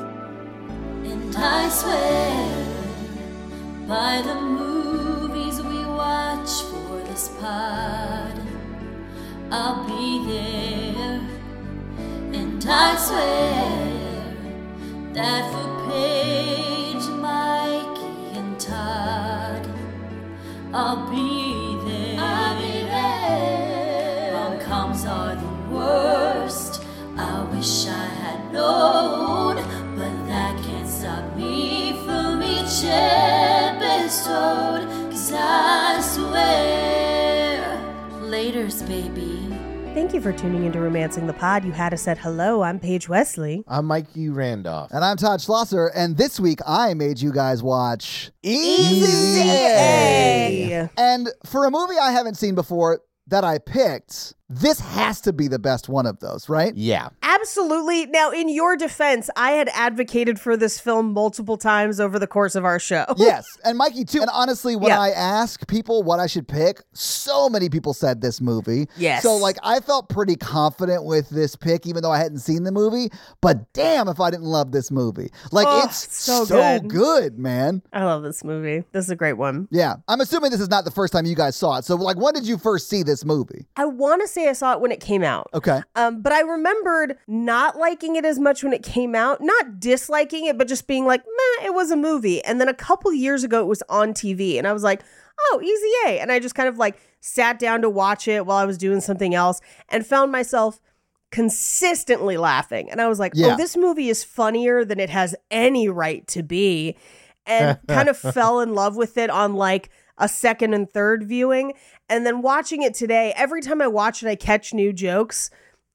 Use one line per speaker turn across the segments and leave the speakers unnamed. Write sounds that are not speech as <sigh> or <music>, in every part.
And I swear by the movies we watch for this pod, I'll be there. And I swear that for Paige, Mikey, and Todd, I'll be there. I'll be there. Rom coms are the worst. I wish I had known, but that can't stop me from each episode. Cause I swear, later's baby.
Thank you for tuning into Romancing the Pod. You had us at hello. I'm Paige Wesley.
I'm Mikey Randolph.
And I'm Todd Schlosser, and this week I made you guys watch. E
Easy
Hey.
And for a movie I haven't seen before that I picked, this has to be the best one of those, right?
Yeah.
Absolutely. Now, in your defense, I had advocated for this film multiple times over the course of our show.
yes. And Mikey, too. And honestly, when
Yeah.
I ask people what I should pick, so many people said this movie.
Yes.
So, like, I felt pretty confident with this pick, even though I hadn't seen the movie. But damn, if I didn't love this movie. Like,
Oh,
it's
so
so,
good.
good, man.
I love this movie. This is a great one.
Yeah. I'm assuming this is not the first time you guys saw it. So, like, when did you first see this movie?
I want to say I saw it when it came out.
Okay.
Um, but I remembered not liking it as much when it came out, not disliking it, but just being like, meh, it was a movie. And then a couple years ago, it was on TV, and I was like, oh, easy A. And I just kind of like sat down to watch it while I was doing something else and found myself consistently laughing. And I was like, oh,
Yeah.
this movie is funnier than it has any right to be. And kind of fell in love with it on like a second and third viewing. And then watching it today, every time I watch it, I catch new jokes.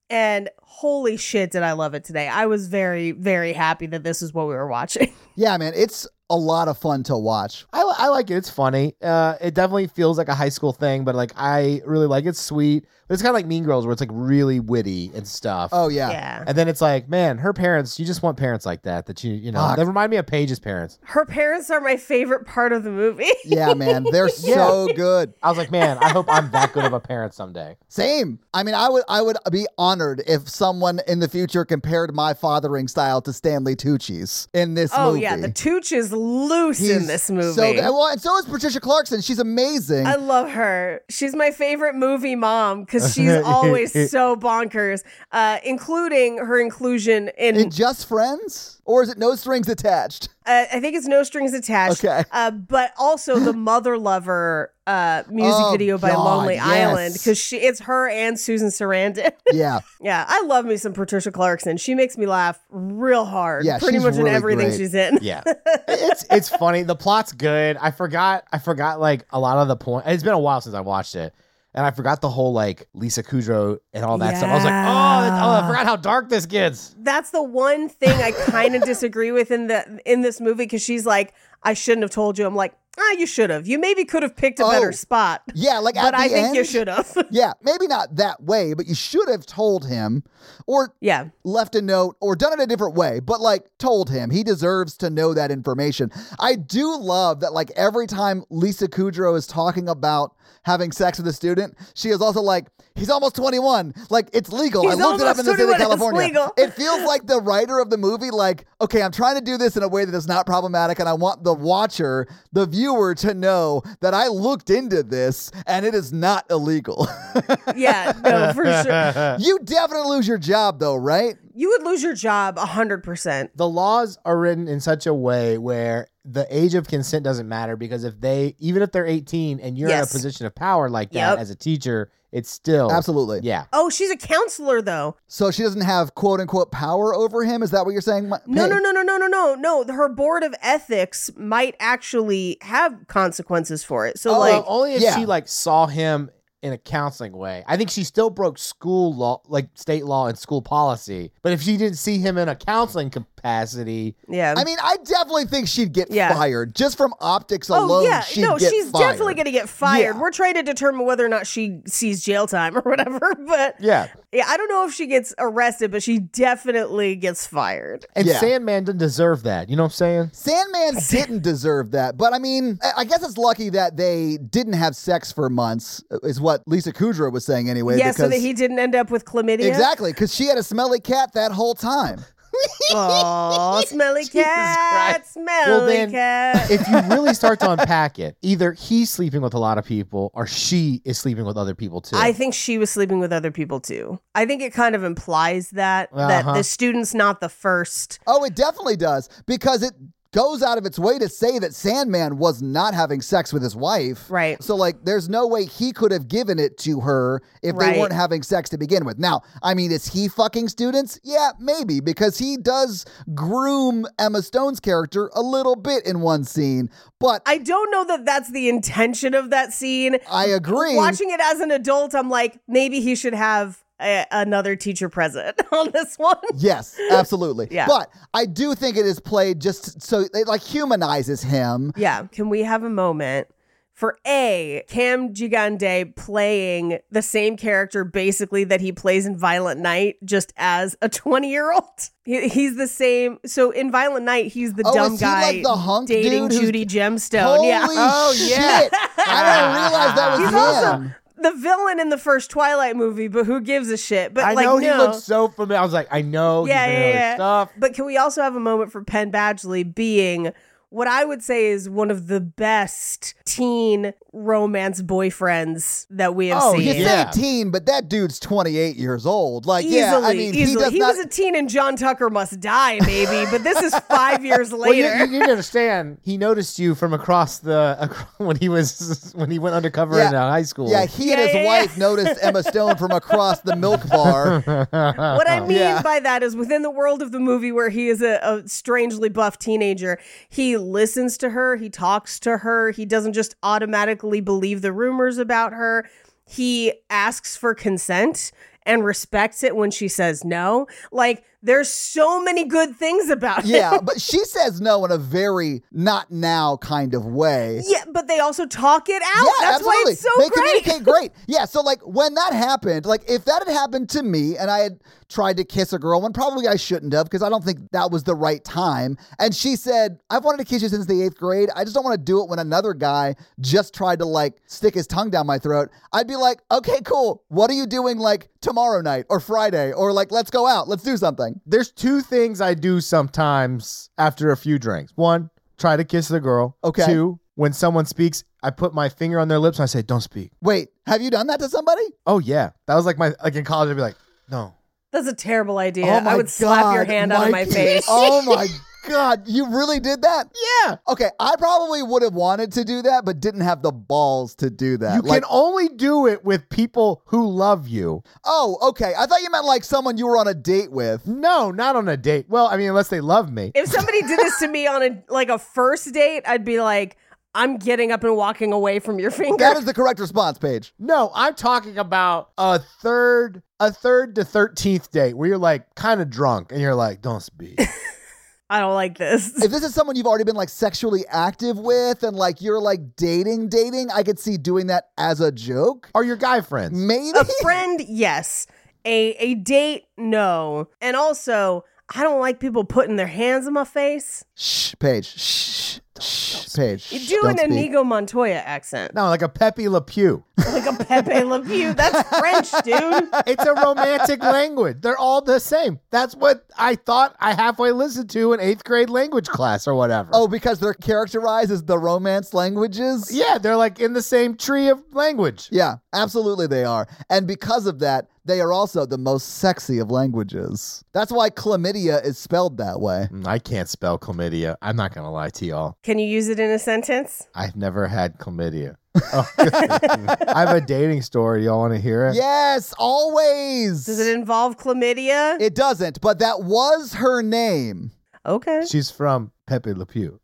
And holy shit, did I love it today. I was very, very happy that this is what we were watching.
Yeah, man, it's a lot of fun to watch.
I, I like it. It's funny. Uh, it definitely feels like a high school thing, but like I really like it. It's sweet. But it's kind of like Mean Girls, where it's like really witty and stuff.
Oh <laughs> yeah.
Yeah.
And then it's like, man, her parents. You just want parents like that. That you, you know,
Fuck.
they remind me of Paige's parents.
<laughs> Her parents are my favorite part of the movie. <laughs>
Yeah, man, they're so good.
I was like, man, I hope I'm that good of a parent someday.
Same. I mean, I would I would be honored if someone in the future compared my fathering style to Stanley Tucci's in this
Oh,
movie.
yeah. The Tooch is loose in
He's
this
so
movie.
good. well, and so is Patricia Clarkson. She's amazing.
I love her. She's my favorite movie mom
<laughs>
because she's always so bonkers, uh, including her inclusion in.
in Just Friends, or is it No
<laughs>
Strings Attached?
uh, I think it's No Strings Attached.
Okay.
Uh, but also
<gasps>
the Mother Lover uh, music
Oh,
video by
God,
Lonely
yes.
Island because she it's her and Susan Sarandon. <laughs>
Yeah,
yeah, I love me some Patricia Clarkson. She makes me laugh real hard.
Yeah,
pretty
she's
much in
really
everything
great.
she's in.
Yeah, it's it's funny. The plot's good. I forgot. I forgot like a lot of the point. It's been a while since I watched it, and I forgot the whole like Lisa Kudrow and all that stuff. I was like, oh, that's, oh, I
Yeah.
forgot how dark this gets.
that's the one thing I kind of disagree with in the in this movie because she's like, I shouldn't have told you. I'm like, ah, you should have. You maybe could have picked a better
Oh.
spot,
yeah. Like, at
but I
the
think you
end-
should have. <laughs>
Yeah, maybe not that way, but you should have told him, or
yeah,
left a note or done it a different way, but like told him he deserves to know that information. I do love that, like, every time Lisa Kudrow is talking about having sex with a student, she is also like, he's almost 21. Like, it's legal. I
He's
looked it up in the
almost
state
21,
of
it's
California.
legal.
It feels like the writer of the movie, like, okay, I'm trying to do this in a way that is not problematic, and I want the watcher, the viewer, to know that I looked into this and it is not illegal. <laughs>
yeah, no, for sure.
you definitely lose your job, though, right?
You would lose your job hundred percent.
The laws are written in such a way where the age of consent doesn't matter because if they, even if they're 18 and you're in
Yes.
a position of power like that
Yep.
as a teacher, it's still
Absolutely.
yeah.
Oh, she's a counselor though.
So she doesn't have quote unquote power over him? Is that what you're saying? Ma-
No,
Paige?
no, no, no, no, no, no, no. Her board of ethics might actually have consequences for it. So
Oh,
like,
only if
yeah.
she like saw him in a counseling way. I think she still broke school law, like state law and school policy. But if she didn't see him in a counseling capacity,
Yeah.
I mean, I definitely think she'd get
Yeah.
fired just from optics
Oh
alone.
yeah,
she'd
no,
get
she's
fired.
definitely going to get fired.
Yeah.
We're trying to determine whether or not she sees jail time or <laughs> whatever. But
yeah.
yeah, I don't know if she gets arrested, but she definitely gets fired.
And
Yeah.
Sandman didn't deserve that. You know what I'm saying?
Sandman
<laughs>
didn't deserve that, but I mean, I I guess it's lucky that they didn't have sex for months, is what Lisa Kudrow was saying anyway.
yeah, so
because
that he didn't end up with chlamydia.
exactly <laughs> because she had a smelly cat that whole time.
Oh, smelly cat,
Christ.
smelly
Well, then-
cat.
if you really start to unpack it, either he's sleeping with a lot of people or she is sleeping with other people too.
<laughs> I think she was sleeping with other people too. I think it kind of implies that that
Uh-huh.
the student's not the first.
Oh, it definitely does because it goes out of its way to say that Sandman was not having sex with his wife.
Right.
So, like, there's no way he could have given it to her if
Right.
they weren't having sex to begin with. Now, I mean, is he fucking students? Yeah, maybe, because he does groom Emma Stone's character a little bit in one scene. But I,
I don't know that that's the intention of that scene.
agree.
Watching it as an adult, I'm like, maybe he should have a- another teacher present <laughs> on this one.
Yes, absolutely.
<laughs> Yeah.
But I do think it is played just so it like humanizes him.
Yeah. Can we have a moment for A, Cam Gigande playing the same character basically that he plays in Violent Night just as a 20 year old? <laughs> He, he's the same. So in Violent Night, he's the
Oh,
dumb
is he
guy
like the hunk
dating
dude who's-
Judy Gemstone.
Holy
yeah.
shit! I didn't
He's
realize that was him.
also the villain in the first Twilight movie, but who gives a shit? But
I
like,
know
no.
he looks so familiar. I was like, I know
Yeah,
yeah, he's been in
yeah,
other
yeah.
stuff.
But can we also have a moment for Penn Badgley being what I would say is one of the best teen romance boyfriends that we have
Oh,
seen?
He's
Yeah.
18, but that dude's 28 years old. Like,
Easily,
yeah, I mean, he
easily.
does
He,
not.
was a teen and John Tucker must die, maybe, but this is five years
<laughs>
Well, you,
later.
you need to understand. He noticed you from across the <laughs> when he was when he went undercover in uh, high school.
Yeah, he and
Yeah,
his
yeah, yeah.
wife noticed Emma Stone from across the
<laughs>
milk bar.
What I mean
Yeah.
by that is within the world of the movie where he is a, a strangely buff teenager, he listens to her, he talks to her, he doesn't just automatically believe the rumors about her. He asks for consent and respects it when she says no. Like, there's so many good things about him.
Yeah, but she says no in a very not now kind of way.
<laughs> Yeah, but they also talk it out.
Yeah,
That's
absolutely.
why it's so
they
great.
communicate great. Yeah. So like when that happened, like if that had happened to me and I had tried to kiss a girl, and probably I shouldn't have because I don't think that was the right time. And she said, "I've wanted to kiss you since the eighth grade. I just don't want to do it when another guy just tried to like stick his tongue down my throat." I'd be like, "Okay, cool. What are you doing like tomorrow night or Friday or like let's go out, let's do something."
There's two things I do sometimes after a few drinks. One, try to kiss the girl.
Okay.
Two, when someone speaks, I put my finger on their lips and I say, "Don't speak."
Wait, have you done that to somebody?
Oh yeah, that was like my like in college. I'd be like, "No."
That's a terrible idea.
Oh my
I would slap your
God,
hand out of my
Mikey.
face.
oh
<laughs>
my god, you really did that?
Yeah.
Okay, I probably would have wanted to do that, but didn't have the balls to do that.
You
like,
can only do it with people who love you.
oh, okay. I thought you meant like someone you were on a date with.
No, not on a date. Well, I mean, unless they love me.
if somebody did this to me on a like a first date, I'd be like, I'm getting up and walking away from your finger.
That is the correct response, Paige.
No, I'm talking about a third, a third to thirteenth date where you're like kind of drunk and you're like, "Don't
<laughs>
speak."
<laughs> I don't like this.
If this is someone you've already been like sexually active with and like you're like dating, dating, I could see doing that as a joke.
or your guy friends.
Maybe. <laughs>
a friend, yes. A a date, no. And also, I don't like people putting their hands in my face.
Shh, Paige. Shh. Shh, Paige.
You
shh,
do
don't
an
speak.
Inigo Montoya accent,
No, like a Pepe Le Pew.
like a Pepe Le Pew. That's French,
<laughs>
dude.
It's a romantic language. They're all the same. That's what I thought I halfway listened to in eighth grade language class or whatever.
Oh, because they're characterized as the romance languages?
yeah, they're like in the same tree of language.
Yeah, absolutely they are. And because of that, they are also the most sexy of languages. That's why chlamydia is spelled that way.
Mm, I can't spell chlamydia. I'm not gonna lie to y'all.
Can you use it in a sentence?
I've never had chlamydia. Oh. <laughs> I have a dating story. Y'all want to hear it?
Yes, always.
Does it involve chlamydia?
It doesn't, but that was her name.
okay.
She's from Pepe Le Pew.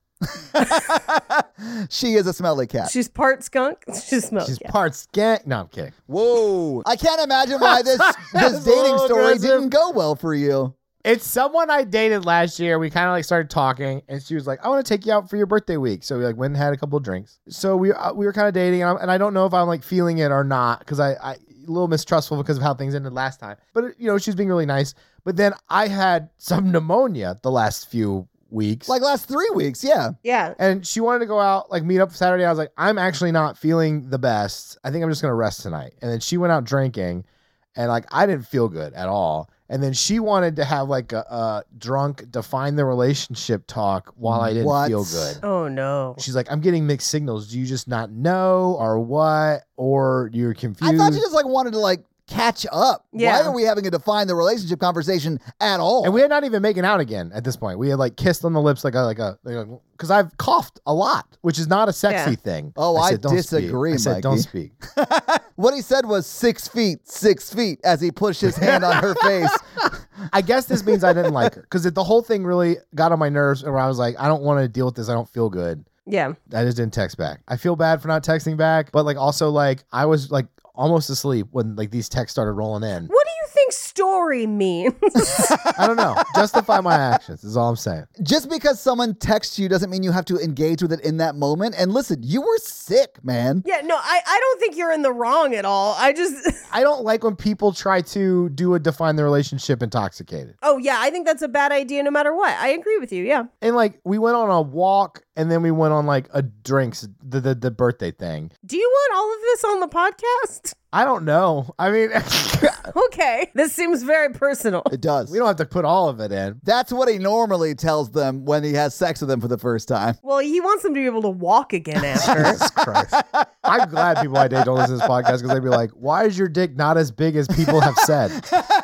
she is a smelly cat.
She's part skunk. <laughs> She smells.
She's
Oh, yeah.
part skank. No, I'm kidding.
Whoa. I can't imagine why this
That
this
was a little
dating story
aggressive.
didn't go well for you.
It's someone I dated last year. We kind of like started talking, and she was like, "I want to take you out for your birthday week." So we like went and had a couple of drinks. So we uh, we were kind of dating, and, I'm, and I don't know if I'm like feeling it or not because I I a little mistrustful because of how things ended last time. But you know, she was being really nice. But then I had some pneumonia the last few weeks.
Like last three weeks, yeah.
yeah.
And she wanted to go out, like meet up Saturday. I was like, I'm actually not feeling the best. I think I'm just gonna rest tonight. And then she went out drinking, and like I didn't feel good at all. And then she wanted to have like a, a drunk define the relationship talk while I didn't
What?
feel good.
Oh no.
She's like, I'm getting mixed signals. Do you just not know or what? Or you're confused?
I thought you just like wanted to like catch up.
Yeah.
Why are we having a define the relationship conversation at all?
and we had not even making out again at this point. We had like kissed on the lips, like a like a because I've coughed a lot, which is not a sexy
Yeah.
thing.
Oh, I
said, "Don't speak."
disagree,
I said,
Mikey.
"Don't speak."
what he said was six feet, six feet, as he pushed his hand on
<laughs>
her face.
I guess this means I didn't like her because the whole thing really got on my nerves. Where I was like, I don't want to deal with this. I don't feel good.
Yeah.
I just didn't text back. I feel bad for not texting back, but like also like I was like almost asleep when like these texts started rolling in.
What do you think story means? <laughs>
I don't know. Justify my actions is all I'm saying.
Just because someone texts you doesn't mean you have to engage with it in that moment. And listen, you were sick, man.
yeah. No, I I don't think you're in the wrong at all. I just. <laughs>
I don't like when people try to do a define the relationship intoxicated.
Oh yeah, I think that's a bad idea no matter what. I agree with you. Yeah.
And like we went on a walk and then we went on like a drinks the the, the birthday thing.
Do you want all of this on the podcast? <laughs>
I don't know. I mean, <laughs>
Okay. This seems very personal.
It does.
we don't have to put all of it in.
That's what he normally tells them when he has sex with them for the first time.
Well, he wants them to be able to walk again
<laughs>
after.
Jesus Christ. I'm glad people I date don't listen to this podcast because they'd be like, why is your dick not as big as people have said?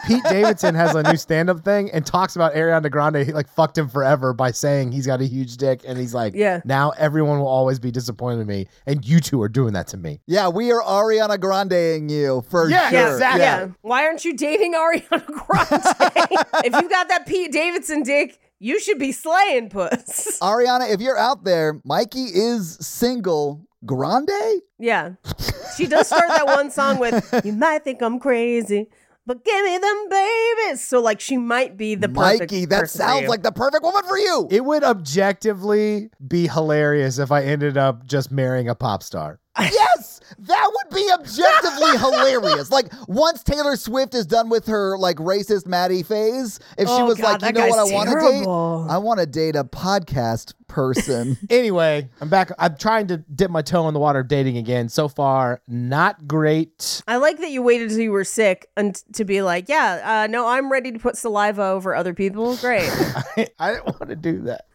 Pete Davidson has a new stand up thing and talks about Ariana Grande. He like fucked him forever by saying he's got a huge dick. And he's like,
Yeah.
now everyone will always be disappointed in me. And you two are doing that to me.
Yeah, we are Ariana Grandeing you for
Yeah,
sure.
exactly.
Yeah. Why aren't you dating Ariana
<laughs>
Grande? if you got that Pete Davidson dick, you should be slaying
<laughs>
puss.
Ariana, if you're out there, Mikey is single. Grande?
Yeah. She does start that one song
<laughs>
with, You might think I'm crazy, but give me them babies. So, like, she might be the perfect
Mikey, that
person for
sounds
you.
like the perfect woman for you.
It would objectively be hilarious if I ended up just marrying a pop star.
<laughs> yes, that would be
<laughs>
objectively hilarious. Like once Taylor Swift is done with her like racist Maddie phase, if she
Oh,
was
God,
like, you
that
know what I
guy's
want to
terrible.
date? I want to date a podcast person.
<laughs>
Anyway, I'm back. I'm trying to dip my toe in the water of dating again. So far, not great. <laughs>
I like that you waited until you were sick and to be like, yeah, uh, no, I'm ready to put saliva over other people.
<laughs>
Great.
I, I didn't want to do that.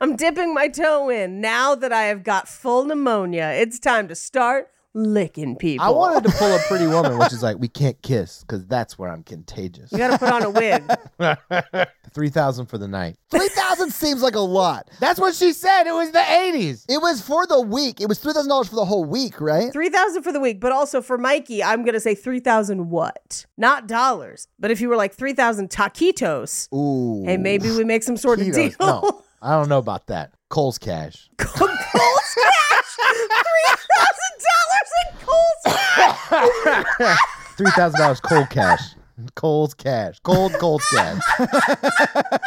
I'm dipping my toe in. Now that I have got full pneumonia, it's time to start licking people.
I wanted to pull a pretty woman, which is like, we can't kiss because that's where I'm contagious.
You
<laughs>
got to put on a wig.
3,000 for the night.
Three thousand seems like a lot.
That's what she said. It was the 80s.
It was for the week. It was three thousand dollars for the whole week, right?
3000 for the week, but also for Mikey, I'm going to say 3000 what? Not dollars. But if you were like 3000 taquitos,
Ooh.
hey, maybe we make some sort of deal. <laughs>
Kilos. No, I don't know about that. Cole's cash.
Coles cash!
<laughs>
$3,000 in Coles cash!
$3,000 cold cash. Cole's cash. Cold, cold cash.
Gonna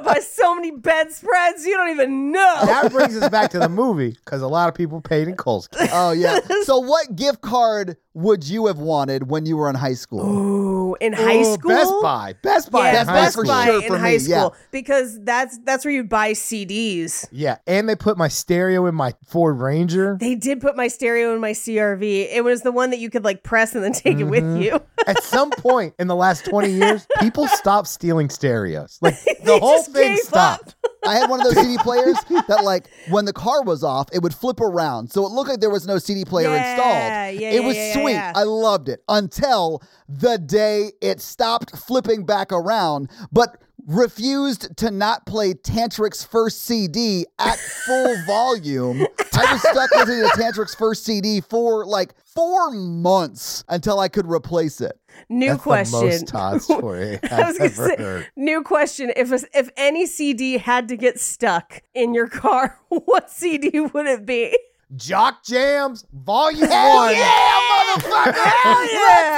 buy so many bedspreads, you don't even know.
That brings us back to the movie because a lot of people paid in Cole's cash.
Oh
<laughs>
yeah. So what gift card would you have wanted when you were in high school?
Ooh, Oh, in high
Ooh,
school?
Oh, Best Buy. Best Buy.
Yeah,
in high
Best
school.
Buy
sure
in
for
high
me, yeah.
school because that's that's where you buy CDs.
Yeah. And they put my stereo in my Ford Ranger.
They did put my stereo in my CRV. It was the one that you could like press and then take it
Mm-hmm.
with you. <laughs>
at some point in the last 20 years, people stopped stealing stereos.
<laughs>
Like the whole
just
thing
gave
stopped.
I had one of those
<laughs>
CD players that, like, when the car was off, it would flip around, so it looked like there was no CD player
Yeah,
installed.
yeah,
it
yeah,
was
yeah,
sweet.
yeah.
I loved it until the day it stopped flipping back around. But refused to not play Tantric's first CD at
<laughs>
full volume. I was stuck listening to Tantric's first CD for like four months until I could replace it.
New
That's
question.
The most Todd story
<laughs> I was
I've
gonna
ever
say,
heard.
new question. If a, if any CD had to get stuck in your car, <laughs> what CD would it
<laughs>
be?
Jock Jams, Volume
Hell
One.
yeah, motherfucker!
Oh,
Hell <laughs> yeah!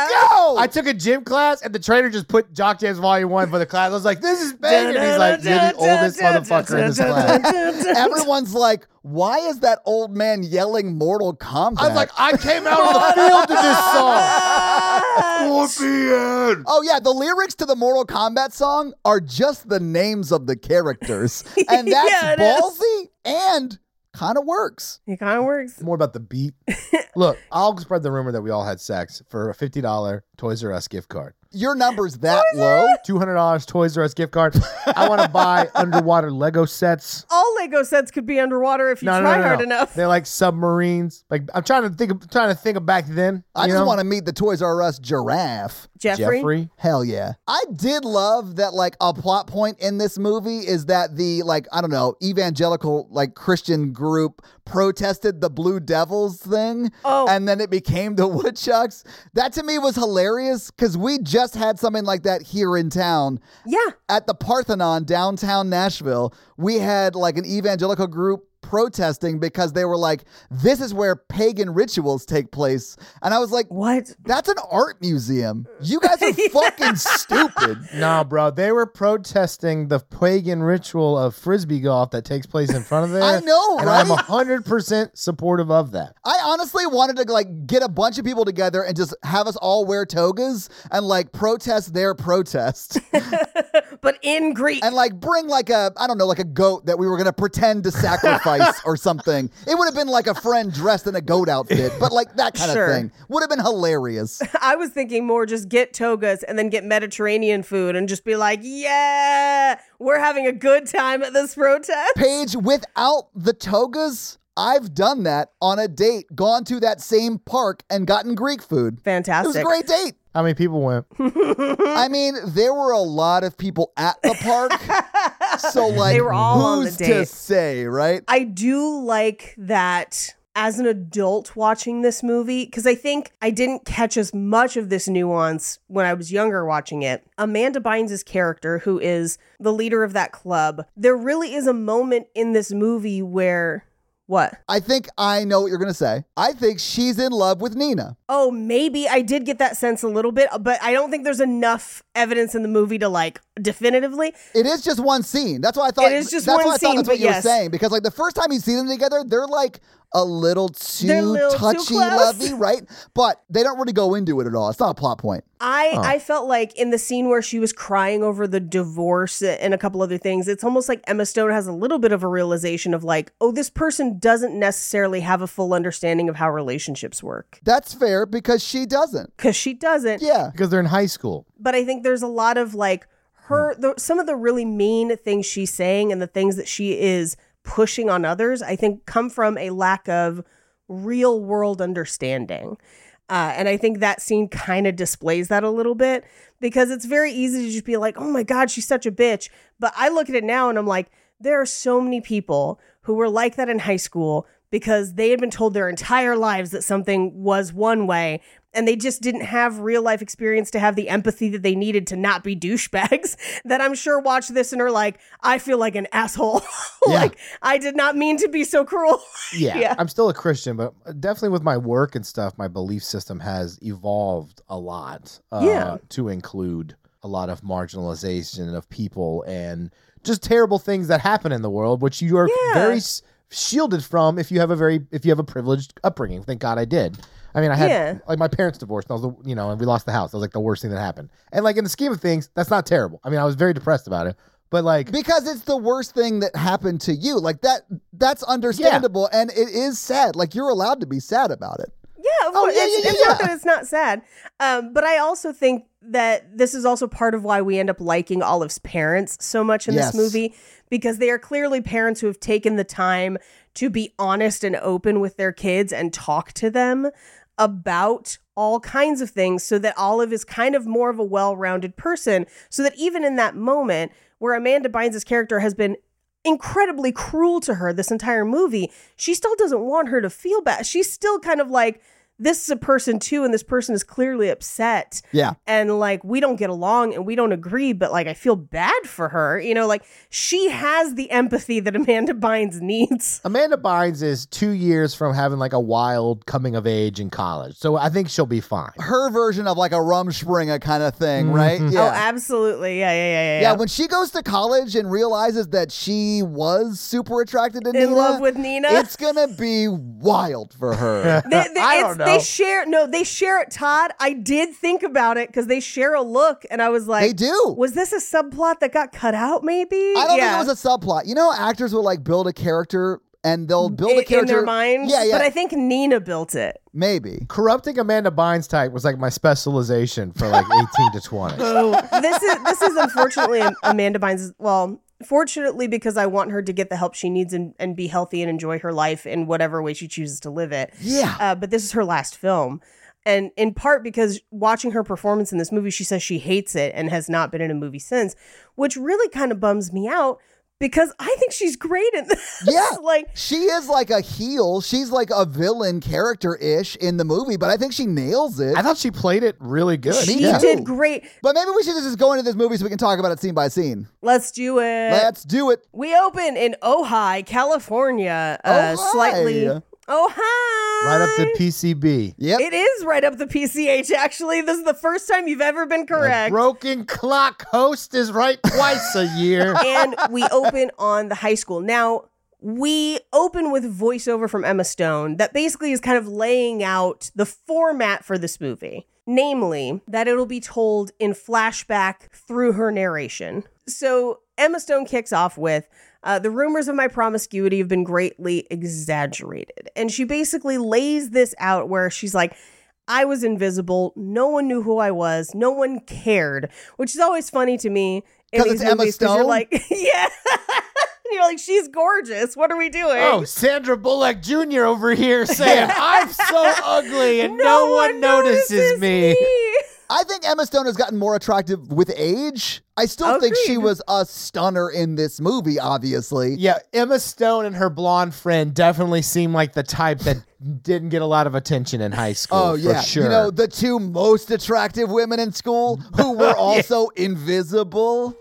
Let's
<laughs> I
go!
took a gym class and the trainer just put Jock Jams Volume One for the class. I was like, "This is banging." He's like, "You're the oldest motherfucker in this class."
<laughs>
Everyone's like, why is that old man yelling Mortal Kombat?
I was like, "I came out on the field to this
<laughs>
song." Olympian.
Oh yeah, the lyrics to the Mortal Kombat song are just the names of the characters, and that's
Yeah, it is.
ballsy and kind of works.
It kind of works.
More about
<laughs>
the beat. Look, I'll spread the rumor that we all had sex for a fifty dollar Toys R Us gift card.
Your number's that low.
Two hundred dollars Toys R Us gift card.
<laughs>
I want to buy underwater Lego sets.
All Lego sets could be underwater if you try hard enough.
They're like submarines. Like I'm trying to think, of, trying to think of back then.
I
you
just
know?
want to meet the Toys R Us giraffe.
Jeffrey.
Jeffrey.
Hell yeah. I did love that like a plot point in this movie is that the like I don't know, evangelical like Christian group protested the Blue Devils thing
Oh.
and then it became the <laughs> Woodchucks. That to me was hilarious cuz we just had something like that here in town
Yeah.
at the Parthenon downtown Nashville, we had like an evangelical group protesting because they were like, this is where pagan rituals take place. And I was like,
What?
that's an art museum. You guys
<laughs>
are fucking stupid.
No, bro, they were protesting the pagan ritual of frisbee golf that takes place in front of there.
<laughs> I know,
and I'm
right?
hundred percent supportive of that.
I honestly wanted to like get a bunch of people together and just have us all wear togas and like protest their
<laughs>
protest
But in Greek.
and like bring like a I don't know like a goat that we were gonna pretend to sacrifice
<laughs>
or something. It would have been like a friend dressed in a goat outfit, but like that kind
Sure.
of thing would have been hilarious.
I was thinking more just get togas and then get Mediterranean food and just be like, yeah, we're having a good time at this protest.
Paige, without the togas, I've done that on a date, gone to that same park and gotten Greek food. It was
Fantastic.
a great date.
How many
<laughs>
people went?
I mean, there were a lot of people at the park. so
<laughs>
like
They were all on the
who's to
date.
say, right?
I do like that as an adult watching this movie because I think I didn't catch as much of this nuance when I was younger watching it. Amanda Bynes' character, who is the leader of that club, there really is a moment in this movie where what?
I think I know what you're gonna say. I think she's in love with Nina.
Oh, maybe I did get that sense a little bit, but I don't think there's enough evidence in the movie to like definitively.
It is just one scene. That's why I thought
It is just
that's
one
why I thought
scene,
that's what
but
you
yes.
were saying. Because like the first time you see them together, they're like a little too
They're a little too
touchy
close.
lovey, <laughs> right? But they don't really go into it at all. It's not a plot point.
I I felt like in the scene where she was crying over the divorce and a couple other things, it's almost like Emma Stone has a little bit of a realization of like, oh, this person doesn't necessarily have a full understanding of how relationships work
That's fair because she doesn't.
because she doesn't.
Yeah.
Because they're in high school.
but I think there's a lot of like her the, some of the really mean things she's saying and the things that she is pushing on others. I think come from a lack of real world understanding. Uh, and I think that scene kind of displays that a little bit because it's very easy to just be like, oh my God, she's such a bitch. But I look at it now and I'm like, there are so many people who were like that in high school because they had been told their entire lives that something was one way and they just didn't have real life experience to have the empathy that they needed to not be douchebags <laughs> that I'm sure watch this and are like, I feel like an asshole. <laughs> like, I did not mean to be so cruel. <laughs>
Yeah.
Yeah.
I'm still a Christian, but definitely with my work and stuff, my belief system has evolved a lot uh,
Yeah.
to include a lot of marginalization of people and just terrible things that happen in the world, which you are
Yeah.
very s- shielded from if you have a very if you have a privileged upbringing. Thank God I did. I mean, I had
Yeah.
like my parents divorced, and I was the, you know, and we lost the house. That was like the worst thing that happened. And like in the scheme of things, that's not terrible. I mean, I was very depressed about it, but like
Because it's the worst thing that happened to you. Like that that's understandable and it is sad. Like you're allowed to be sad about it.
Yeah, of
Oh,
course.
yeah,
it's,
yeah, yeah,
it's not
yeah.
that it's not sad. Um, but I also think that this is also part of why we end up liking Olive's parents so much in
Yes.
this movie because they are clearly parents who have taken the time to be honest and open with their kids and talk to them about all kinds of things so that Olive is kind of more of a well rounded person. So that even in that moment, where Amanda Bynes' character has been incredibly cruel to her this entire movie, she still doesn't want her to feel bad. She's still kind of like, this is a person too, and this person is clearly upset.
Yeah.
And like, we don't get along and we don't agree, but like, I feel bad for her. You know, like, she has the empathy that Amanda Bynes needs.
Amanda Bynes is two years from having like a wild coming of age in college, so I think she'll be fine.
Her version of like a Rumspringa kind of thing, right?
Mhm.
Yeah.
Oh, absolutely. Yeah, yeah, yeah, yeah.
yeah, when she goes to college and realizes that she was super attracted to
in
Nina,
love with Nina.
it's uh, gonna be wild for her.
They, they,
I
it's-
don't know.
they share no, they share it, Todd. I did think about it because they share a look, and I was like,
they do.
Was this a subplot that got cut out? Maybe
I don't think it was a subplot. You know, how actors will like build a character and they'll build a
in,
character
their minds.
Yeah, yeah,
But I think Nina built it.
maybe.
Corrupting Amanda Bynes type was like my specialization for <laughs> like 18 to 20.
this is this is unfortunately Amanda Bynes. Well, fortunately because I want her to get the help she needs and, and be healthy and enjoy her life in whatever way she chooses to live it.
Yeah.
uh, but this is her last film. And in part because watching her performance in this movie, she says she hates it and has not been in a movie since, which really kind of bums me out because I think she's great in <laughs> this.
Yeah.
like,
She is like a heel. She's like a villain character ish in the movie, but I think she nails it.
I thought she played it really good.
she
yeah.
did great.
but maybe we should just go into this movie so we can talk about it scene by scene.
Let's do it.
Uh,
Let's do it.
we open in Ojai, California. Uh,
Ojai.
Slightly. Ojai.
Right up to PCB.
Yep.
It is right up the PCH, actually. This is the first time you've ever been
A
correct.
broken clock host is right twice a <laughs> year.
and we open on the high school. Now, we open with voiceover from Emma Stone that basically is kind of laying out the format for this movie, namely that it'll be told in flashback through her narration. So, Emma Stone kicks off with uh, the rumors of my promiscuity have been greatly exaggerated. And she basically lays this out where she's like, I was invisible. No one knew who I was. No one cared, which is always funny to me. in
'Cause
these
it's Emma
movies, 'cause You're
Stone?
like, <laughs> yeah. And you're like, she's gorgeous. What are we doing?
Oh, Sandra Bullock Jr. over here <laughs> saying, I'm so ugly and no, one notices, me.
I think Emma Stone has gotten more attractive with age. I still think she
Agreed.
was a stunner in this movie, obviously.
Yeah, Emma Stone and her blonde friend definitely seem like the type that didn't get a lot of attention in high school.
Oh yeah,
for sure.
you know the two most attractive women in school
<laughs>
who were also invisible.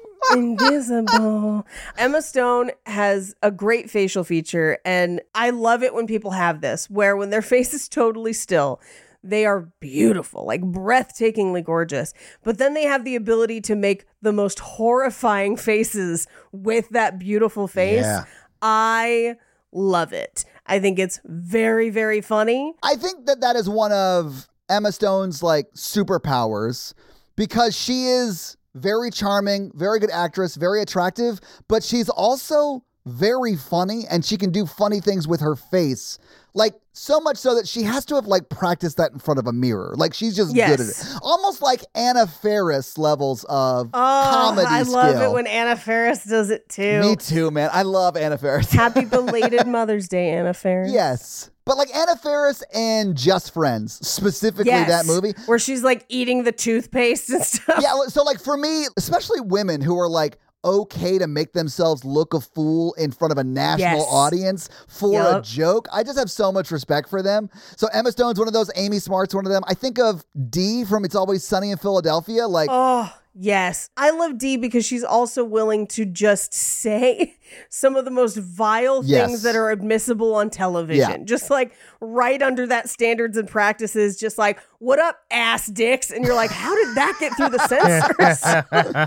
Invisible. Emma Stone has a great facial feature, and I love it when people have this, where when their <laughs> face is totally still, they are beautiful, like breathtakingly gorgeous. But then they have the ability to make the most horrifying faces with that beautiful face.
Yeah.
I love it. I think it's very, very funny.
I think that that is one of Emma Stone's like superpowers because she is very charming, very good actress, very attractive, but she's also very funny and she can do funny things with her face. Like so much so that she has to have like practiced that in front of a mirror. Like she's just good at
Yes.
it. Almost like Anna Faris levels of
Oh,
comedy
I love
skill.
it when Anna Ferris does it too.
Me too, man. I love Anna
<laughs>
Faris.
Happy
<laughs>
belated Mother's Day, Anna Ferris.
yes. But like Anna Faris and Just Friends, specifically
Yes.
that movie,
where she's like eating the toothpaste and <laughs> stuff.
yeah, so like for me, especially women who are like okay to make themselves look a fool in front of a national
Yes.
audience for a
Yup.
joke. I just have so much respect for them. So Emma Stone's one of those, Amy Smart's one of them. I think of Dee from It's Always Sunny in Philadelphia. Like
Oh, yes. I love Dee because she's also willing to just say <laughs> some of the most vile
Yes.
things that are admissible on television. Just like right under that standards and practices, just like, what up, ass dicks? And you're like, how did that get through
<laughs>
the censors?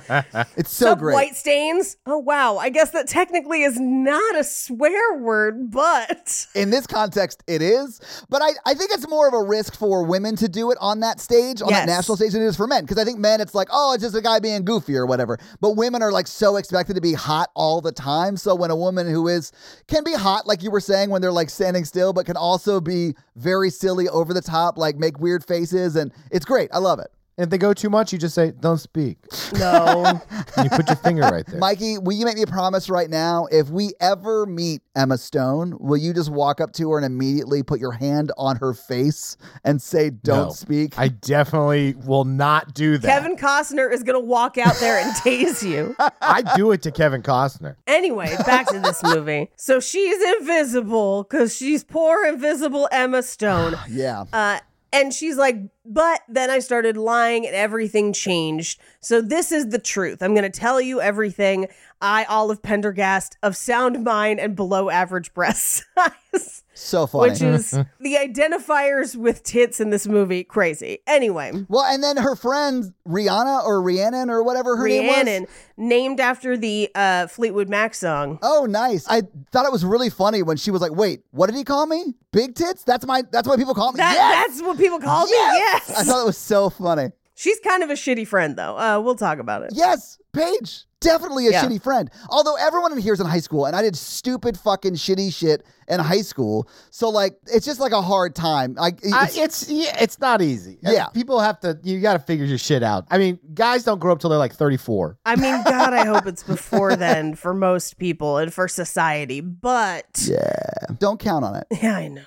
it's so
Sup,
great.
White stains. Oh, wow. I guess that technically is not a swear word, but.
in this context it is but I, I think it's more of a risk for women to do it on that stage on that
Yes.
national stage than it is for men because i think men it's like oh it's just a guy being goofy or whatever but women are like so expected to be hot all the time so when a woman who is can be hot like you were saying when they're like standing still but can also be very silly over the top like make weird faces and it's great i love it
And if they go too much, you just say, don't speak.
No.
And you put your finger right <laughs> there.
Mikey, will you make me a promise right now? If we ever meet Emma Stone, will you just walk up to her and immediately put your hand on her face and say, "Don't
No.
speak"?
I definitely will not do that.
<laughs> Kevin Costner is going to walk out there and <laughs> tase you.
I do it to Kevin Costner.
Anyway, back to
<laughs>
this movie. So she's invisible because she's poor, invisible Emma Stone.
<sighs> yeah.
Uh, and she's like, but then I started lying and everything changed. So this is the truth. I'm going to tell you everything. I, Olive Pendergast, of sound mind and below average breast size,
So
<laughs>
funny.
which
<laughs>
is the identifiers with tits in this movie. Crazy. Anyway.
well, and then her friend Rihanna or Rhiannon or whatever her name
Rhiannon,
was.
named after the uh, Fleetwood Mac song.
Oh, nice! I thought it was really funny when she was like, "Wait, what did he call me? Big tits? That's my. That's why people call me."
That,
Oh, yes!
That's what people call
Yes!
me.
I
Yes.
thought it was so funny.
She's kind of a shitty friend, though. Uh, we'll talk about it.
Yes, Paige. Definitely a
Yeah.
shitty friend. Although everyone in here is in high school, and I did stupid fucking shitty shit in high school. So like, it's just like a hard time. Like,
I,
it's,
it's yeah, it's not easy. Uh,
Yeah.
people have to. You got to figure your shit out. I mean, guys don't grow up till they're like thirty four.
I mean, God, I hope it's
<laughs>
before then for most people and for society. But
yeah, don't count
<laughs>
on it.
<laughs> yeah, I know.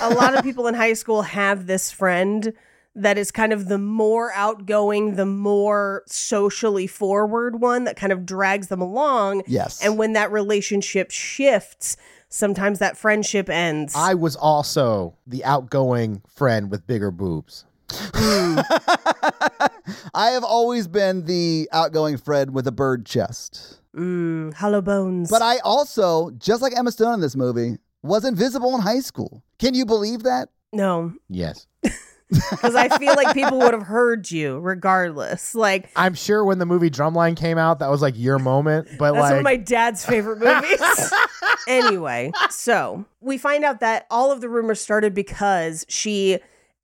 A lot of people in high school have this friend that is kind of the more outgoing, the more socially forward one that kind of drags them along.
Yes.
And when that relationship shifts, sometimes that friendship ends.
I was also the outgoing friend with bigger boobs.
I have always been the outgoing Fred with a bird chest.
Mm, hollow bones.
But I also, just like Emma Stone in this movie, was invisible in high school. Can you believe that?
no,
Yes,
because I feel like people would have heard you regardless. Like
I'm sure when the movie Drumline came out, that was like your moment. But
that's
like,
one of my dad's favorite
<laughs>
movies. anyway, so we find out that all of the rumors started because she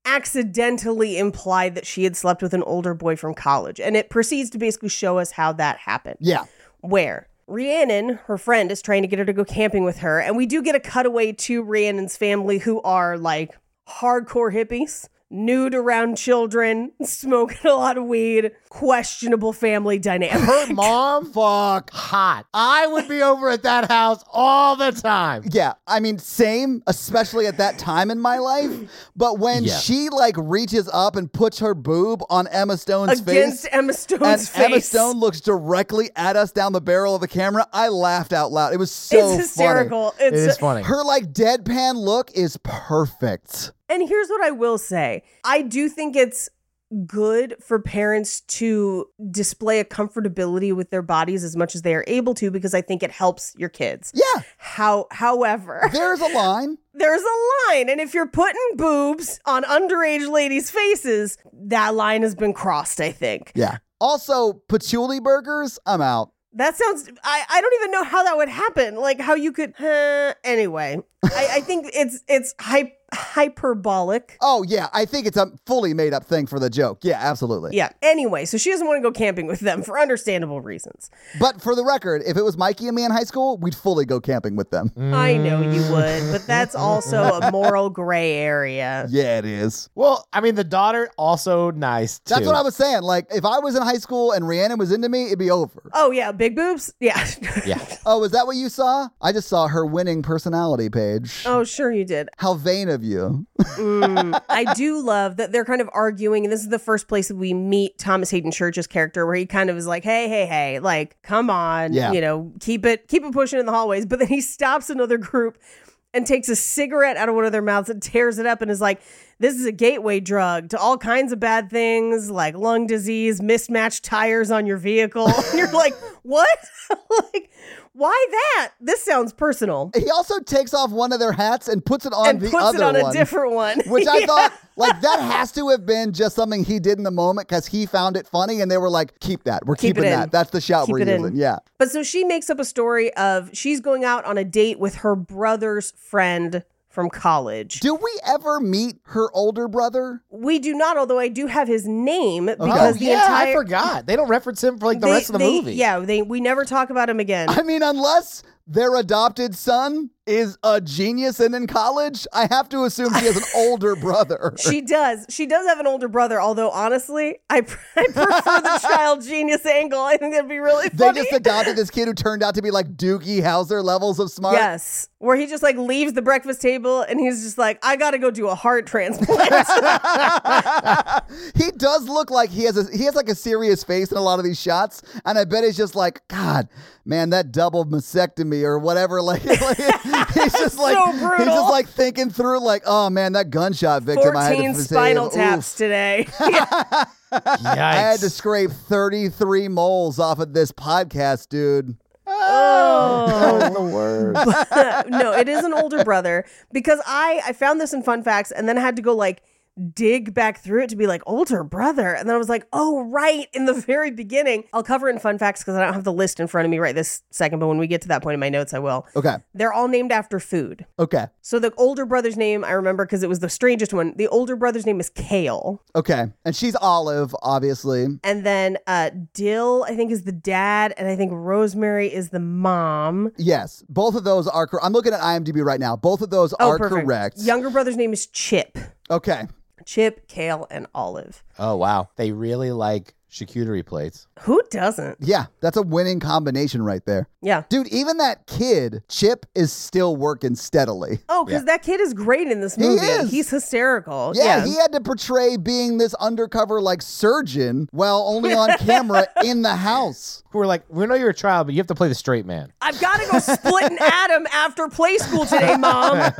accidentally implied that she had slept with an older boy from college, and it proceeds to basically show us how that happened.
Yeah.
where Rhiannon, her friend, is trying to get her to go camping with her. And we do get a cutaway to Rhiannon's family, who are like hardcore hippies, nude around children, <laughs> smoking a lot of weed, questionable family dynamic. <laughs>
her mom fuck hot. I would be over at that house all
<laughs>
the time.
Yeah, I mean, same, especially at that time in my life. But when
Yeah.
she like reaches up and puts her boob on Emma Stone's
Against
face,
Emma
and
Stone's face.
Emma Stone looks directly at us down the barrel of the camera, I laughed out loud. It was so
it's hysterical.
It
It's uh,
is funny.
Funny. Her like deadpan look is perfect.
And here's what I will say I do think it's good for parents to display a comfortability with their bodies as much as they are able to because I think it helps your kids.
Yeah,
How however,
there's a line.
<laughs> there's a line and if you're putting boobs on underage ladies' faces, that line has been crossed, I think.
Yeah. Also, patchouli burgers. I'm out.
That sounds I, I don't even know how that would happen. Like how you could huh, anyway. I, I think it's it's hy- hyperbolic.
Oh yeah, I think it's a fully made up thing for the joke. Yeah, absolutely.
Yeah. Anyway, so she doesn't want to go camping with them for understandable reasons.
But for the record, if it was Mikey and me in high school, we'd fully go camping with them.
I know you would, but that's also a moral gray area.
Yeah, it is.
Well, I mean, the daughter also nice. Too.
That's what I was saying. Like, if I was in high school and Rhiannon was into me, it'd
<laughs>
be over.
Oh yeah, big boobs? Yeah.
<laughs> Yeah,
Oh, is that what you saw? I just saw her winning personality page.
<laughs> oh, sure you did.
How vain of you.
Mm. I do love that they're kind of arguing, and this is the first place that we meet Thomas Hayden Church's character, where he kind of is like, "Hey, hey, hey, like, come on,
Yeah.
you know, keep it, keep it pushing in the hallways." But then he stops another group and takes a cigarette out of one of their mouths and tears it up, and is like, "This is a gateway drug to all kinds of bad things, like lung disease, mismatched tires on your vehicle." <laughs> and you're like, "What? <laughs> like, why that? This sounds personal."
He also takes off one of their hats and puts it on
and
the
puts
other
it on
one,
a different <laughs>
<laughs>
one,
Which I
Yeah.
thought, like, that has to have been just something he did in the moment because he found it funny and they were like, keep that. We're
Keep it
keeping
in.
that. That's the shout
Keep
we're
it in.
using. Yeah.
But so she makes up a story of she's going out on a date with her brother's friend from college.
Do we ever meet her older brother?
we do not, although I do have his name because
oh,
the
yeah,
entire
I forgot. They don't reference him for like the
they-
rest of the
they-
movie. <laughs>
Yeah, they we never talk about him again.
I mean, unless their adopted son is a genius and in college. I have to assume she has an older
<laughs>
brother.
She does. She does have an older brother, although honestly, I, pr- <laughs> I prefer
<laughs>
the child genius angle. I think that'd be really
They
funny.
just adopted this kid who turned out to be like Doogie Howser levels of smart.
yes, where he just like leaves the breakfast table and he's just like, I gotta go do a
<laughs>
heart transplant.
he does look like he has a he has like a serious face in a lot of these shots, and I bet he's just like, God, man, that double mastectomy or whatever. <laughs> Like, like, he's just like he's
brutal.
just like thinking through like, oh man, that gunshot victim. I had to
14
save.
spinal
Oof.
taps today.
Yikes.
I had to scrape 33 moles off of this podcast, dude.
oh.
<laughs> the worst.
no, it is an older brother because I I found this in fun facts and then I had to go like dig back through it to be like older brother and then I was like, "Oh, right, in the very beginning." I'll cover it in fun facts cuz I don't have the list in front of me right this second, but when we get to that point in my notes I will.
Okay.
They're all named after food.
Okay.
So the older brother's name I remember cuz it was the strangest one. The older brother's name is Kale.
Okay. And she's Olive, obviously.
And then uh Dill I think is the dad and I think Rosemary is the mom.
Yes. Both of those are correct. I'm looking at IMDb right now. Both of those are
Oh, perfect.
correct.
Younger brother's name is Chip.
Okay.
Chip, Kale, and Olive.
Oh wow, they really like charcuterie plates.
Who doesn't?
Yeah. That's a winning combination right there.
Yeah.
Dude, even that kid, Chip, is still working steadily.
Oh, because that kid is great in this movie.
is.
He's hysterical.
Yeah,
Yeah.
he had to portray being this undercover like surgeon while only on camera in the house.
We're like, we know you're a child, but you have to play the straight man.
I've got to go split an atom after play school today, mom.
<laughs>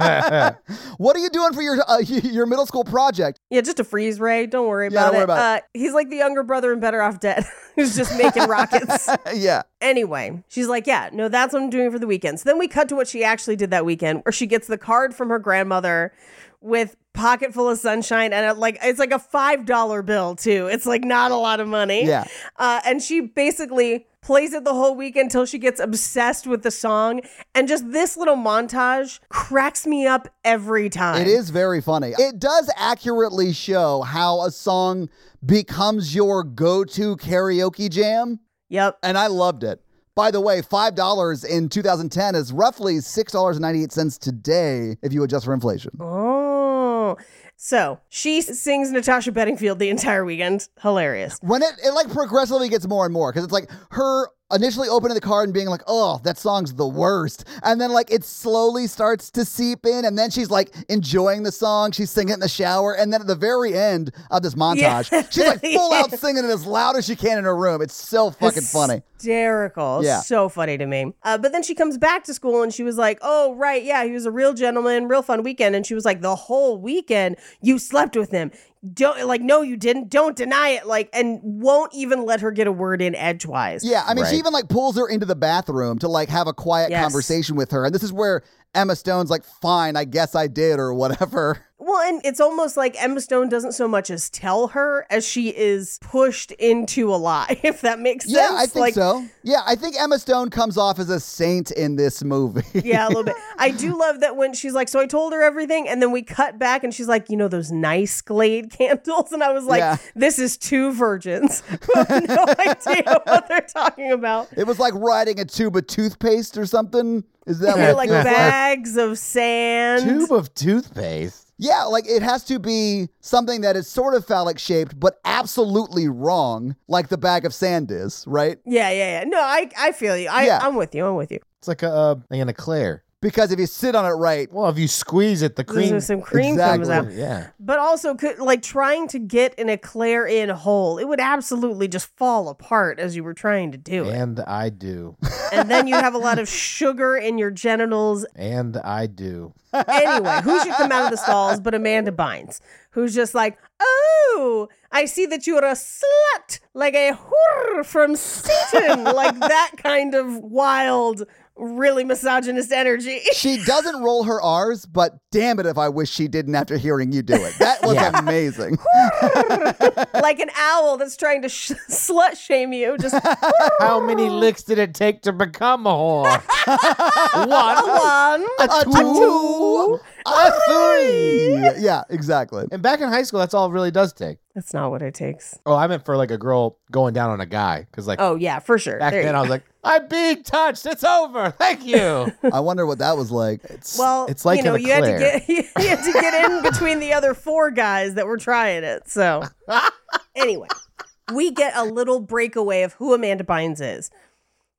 What are you doing for your uh, <laughs> your middle school project?
yeah, just a freeze ray. Don't worry
Yeah,
about,
don't worry
it.
about
uh, He's like the younger brother in Better Off Dead, <laughs> who's just making rockets.
yeah.
Anyway, she's like, yeah, no, that's what I'm doing for the weekend. So then we cut to what she actually did that weekend, where she gets the card from her grandmother with pocket full of sunshine and a, like it's like a five dollar bill too. It's like not a lot of money.
Yeah.
uh, and she basically plays it the whole week until she gets obsessed with the song. And just this little montage cracks me up every time.
It is very funny. It does accurately show how a song becomes your go to karaoke jam,
Yep.
and I loved it. By the way, $5 in 2010 is roughly $6.98 today if you adjust for inflation.
Oh. So she sings Natasha Bedingfield the entire weekend. Hilarious.
When it, it like progressively gets more and more because it's like her initially opening the card and being like, oh, that song's the worst. And then like it slowly starts to seep in. And then she's like enjoying the song. She's singing it in the shower. And then at the very end of this montage,
Yeah.
she's
<laughs>
like full out singing it as loud as she can in her room. It's so fucking funny.
Hysterical.
Yeah.
So funny to me. Uh, but then she comes back to school and she was like, oh, right. Yeah, he was a real gentleman, real fun weekend. And she was like, the whole weekend you slept with him. Don't, like, no, you didn't. Don't deny it. Like, and won't even let her get a word in edgewise.
Yeah, I mean, she
Right.
even like pulls her into the bathroom to like have a quiet
Yes.
conversation with her, and this is where Emma Stone's like, "Fine, I guess I did," or whatever.
Well, and it's almost like Emma Stone doesn't so much as tell her as she is pushed into a lie, <laughs> if that makes
Yeah,
sense.
I think
like,
so. Yeah, I think Emma Stone comes off as a saint in this movie. <laughs>
Yeah, a little bit. I do love that when she's like, so I told her everything, and then we cut back and she's like, you know, those nice Glade <laughs> candles. And I was like,
Yeah.
this is two virgins. <laughs> who have
<laughs>
no idea what they're talking about.
it was like riding a tube of toothpaste or something. Is that what
They're
it
like
feels like?
bags of sand.
Tube of toothpaste.
Yeah, like it has to be something that is sort of phallic shaped, but absolutely wrong, like the bag of sand is, right?
Yeah, yeah, yeah. No, I, I feel you. I,
Yeah.
I'm with you. I'm with you.
It's like a uh, like an eclair.
Because if you sit on it right,
Well, if you squeeze it, the cream.
Some cream comes
Exactly.
out.
Yeah.
But also, could like trying to get an eclair in whole, it would absolutely just fall apart as you were trying to do it.
And
<laughs>
I do.
And then you'd have a
<laughs>
lot of sugar in your genitals.
And I do.
Anyway, who should come out of the stalls but Amanda Bynes, who's just like, Oh, I see that you're a slut, like a whore from
<laughs>
Satan, like that kind of wild, really misogynist energy. <laughs>
she doesn't roll her R's, but damn it if I wish she didn't after hearing you do it. That was
Yeah.
amazing.
like an owl that's trying to sh- slut shame you.
<laughs>
Just
How
<laughs>
many licks did
<laughs>
it take to become a whore? One.
one.
A two.
A three.
yeah, exactly.
And back in high school, that's all it really does take.
That's not what it takes.
Oh, I meant for like a girl going down on a guy because like
Oh yeah, for sure.
back
There you
then I
go. <laughs>
was like, I'm being touched. It's over. Thank you.
I wonder what that was like.
It's,
well,
it's like
you know,
in a
you had to
Claire.
get <laughs> you had to get
<laughs>
in between the other four guys that were trying it. So anyway, we get a little breakaway of who Amanda Bynes is.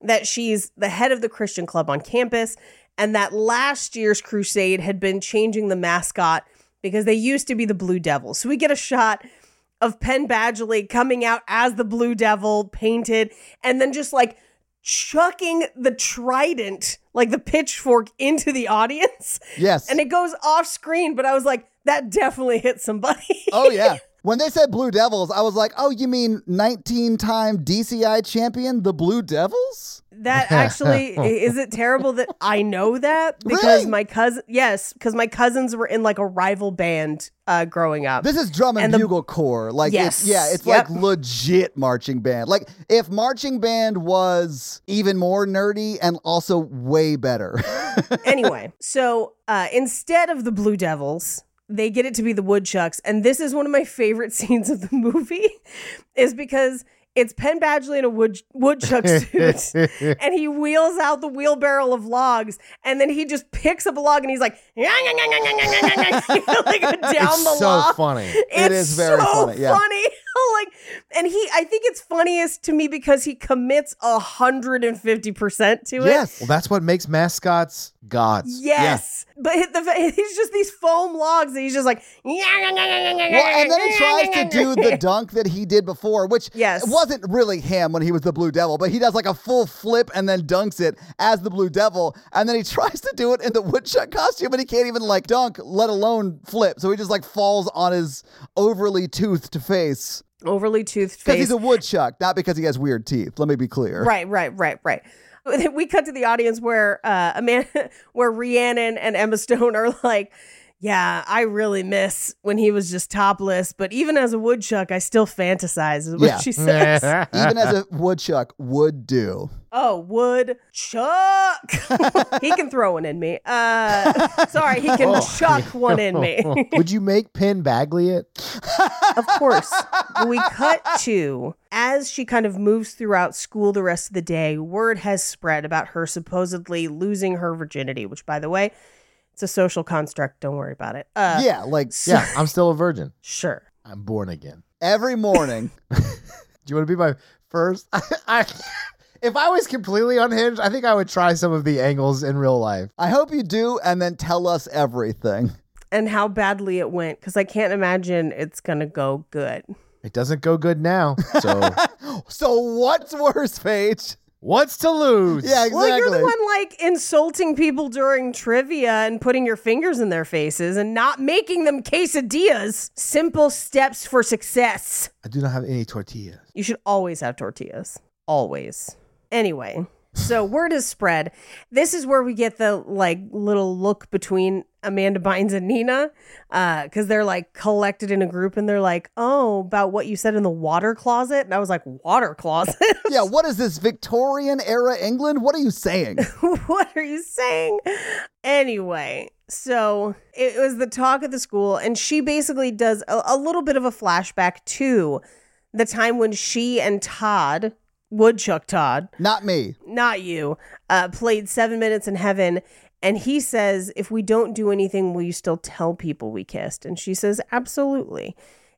That she's the head of the Christian club on campus, and that last year's crusade had been changing the mascot because they used to be the Blue Devils. So we get a shot of Penn Badgley coming out as the Blue Devil, painted, and then just like chucking the trident, like the pitchfork, into the audience.
Yes.
And it goes off screen, but I was like, that definitely hit somebody.
<laughs> oh yeah. When they said Blue Devils, I was like, "Oh, you mean 19-time DCI champion, the Blue Devils?"
<laughs> That actually is it terrible that I know that because
Really?
my cousin yes because my cousins were in like a rival band uh, growing up.
This is drum and,
And the-
bugle corps. Like,
Yes.
it's- yeah, it's
Yep.
like legit marching band. Like, if marching band was even more nerdy and also way better. <laughs>
anyway, so uh, instead of the Blue Devils, they get it to be the Woodchucks, and this is one of my favorite <laughs> scenes of the movie, is because it's Penn Badgley in a wood
<laughs>
woodchuck suit, and he wheels out the wheelbarrow of logs, and then he just picks up a log and he's like, <laughs> "Yang, yang, yang, yang, yang, yang, yang, yang," <laughs> like down
it's
the
so
log.
funny.
It
It's
is very
so
funny,
<laughs>
yeah.
like, and he, I think it's funniest to me because he commits hundred and fifty percent to it.
yes.
Well, that's what makes mascots gods.
Yes, but hit the, <laughs> he's just these foam logs, and he's just like, well,
Well, and then he tries to do the dunk that he did before, which
Yes.
wasn't really him when he was the Blue Devil, but he does like a full flip and then dunks it as the Blue Devil. And then he <laughs> tries to do it in the woodchuck costume, and he can't even like dunk, let alone flip. So he just like falls on his overly toothed face
<laughs> overly toothed
because
face.
he's a woodchuck, not because he has weird teeth. Let me be clear.
right, right, right, right. <laughs> We cut to the audience where uh, Amanda, <laughs> where Rhiannon and Emma Stone are like, "Yeah, I really miss when he was just topless, but even as a woodchuck, I still fantasize." Is what
Yeah.
she <laughs> says.
<laughs> Even as a woodchuck would do.
Oh, wood chuck. <laughs> he can throw one in me. Uh, <laughs> sorry, he
Oh.
can chuck one in me.
<laughs>
<laughs>
Would you make Penn Bagley it?
of course. We cut to as she kind of moves throughout school the rest of the day, word has spread about her supposedly losing her virginity, which, by the way, it's a social construct. Don't worry about it. Uh,
yeah, like
<laughs>
Yeah, I'm still a virgin.
Sure.
I'm born again.
every morning.
Do you want to be my first? <laughs> I, I, if I was completely unhinged, I think I would try some of the angles in real life.
I hope you do, and then tell us everything.
And how badly it went, because I can't imagine it's going to go good.
It doesn't go
<laughs>
good now, so
So what's worse, Paige?
what's to lose?
Yeah, exactly.
Well, you're the one like insulting people during trivia and putting your fingers in their faces and not making them quesadillas. Simple steps for success.
I do not have any tortillas.
You should always have tortillas. Always. Anyway, so word is spread. This is where we get the like little look between Amanda Bynes and Nina, because they're like collected in a group and they're like, "Oh, about what you said in the water closet," and I was like, "Water closet? <laughs>
Yeah, what is this Victorian era England? What are
<laughs>
you saying?
what are you saying?" Anyway, so it was the talk of the school, and she basically does a, a little bit of a flashback to the time when she and Todd. Woodchuck Todd
Not me.
not you, uh, played Seven Minutes in Heaven. And he says, If we don't do anything, will you still tell people we kissed? And she says, Absolutely.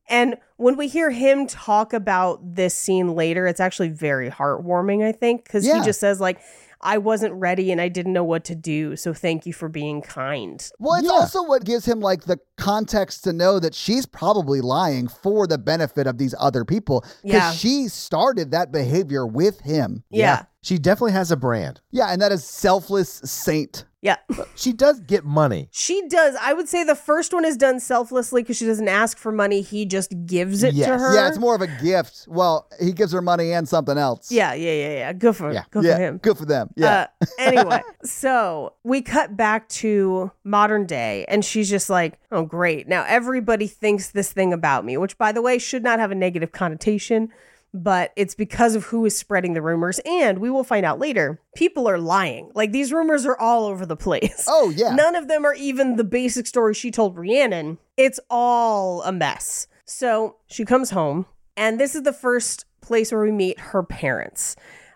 And when we hear him talk about this scene later, it's actually very heartwarming, I think, because
Yeah.
he just says, like, I wasn't ready and I didn't know what to do. So thank you for being kind.
Well, it's
Yeah.
also what gives him like the context to know that she's probably lying for the benefit of these other people because
Yeah.
she started that behavior with him.
Yeah.
She definitely has a brand.
Yeah, and that is selfless saint.
Yeah.
She does get money.
She does. I would say the first one is done selflessly because she doesn't ask for money. He just gives it to
Yes.
her.
Yeah, it's more of a gift. Well, he gives her money and something else.
yeah, yeah, yeah, yeah. Good for,
Yeah.
Good
yeah,
for him.
good for them. Yeah,
Uh, anyway, so we cut back to modern day, and she's just like, oh, great. Now everybody thinks this thing about me, which, by the way, should not have a negative connotation. but it's because of who is spreading the rumors. And we will find out later people are lying. Like these rumors are all over the <laughs> place.
Oh yeah.
None of them are even the basic story she told Rhiannon. It's all a mess. So she comes home, and this is the first place where we meet her parents.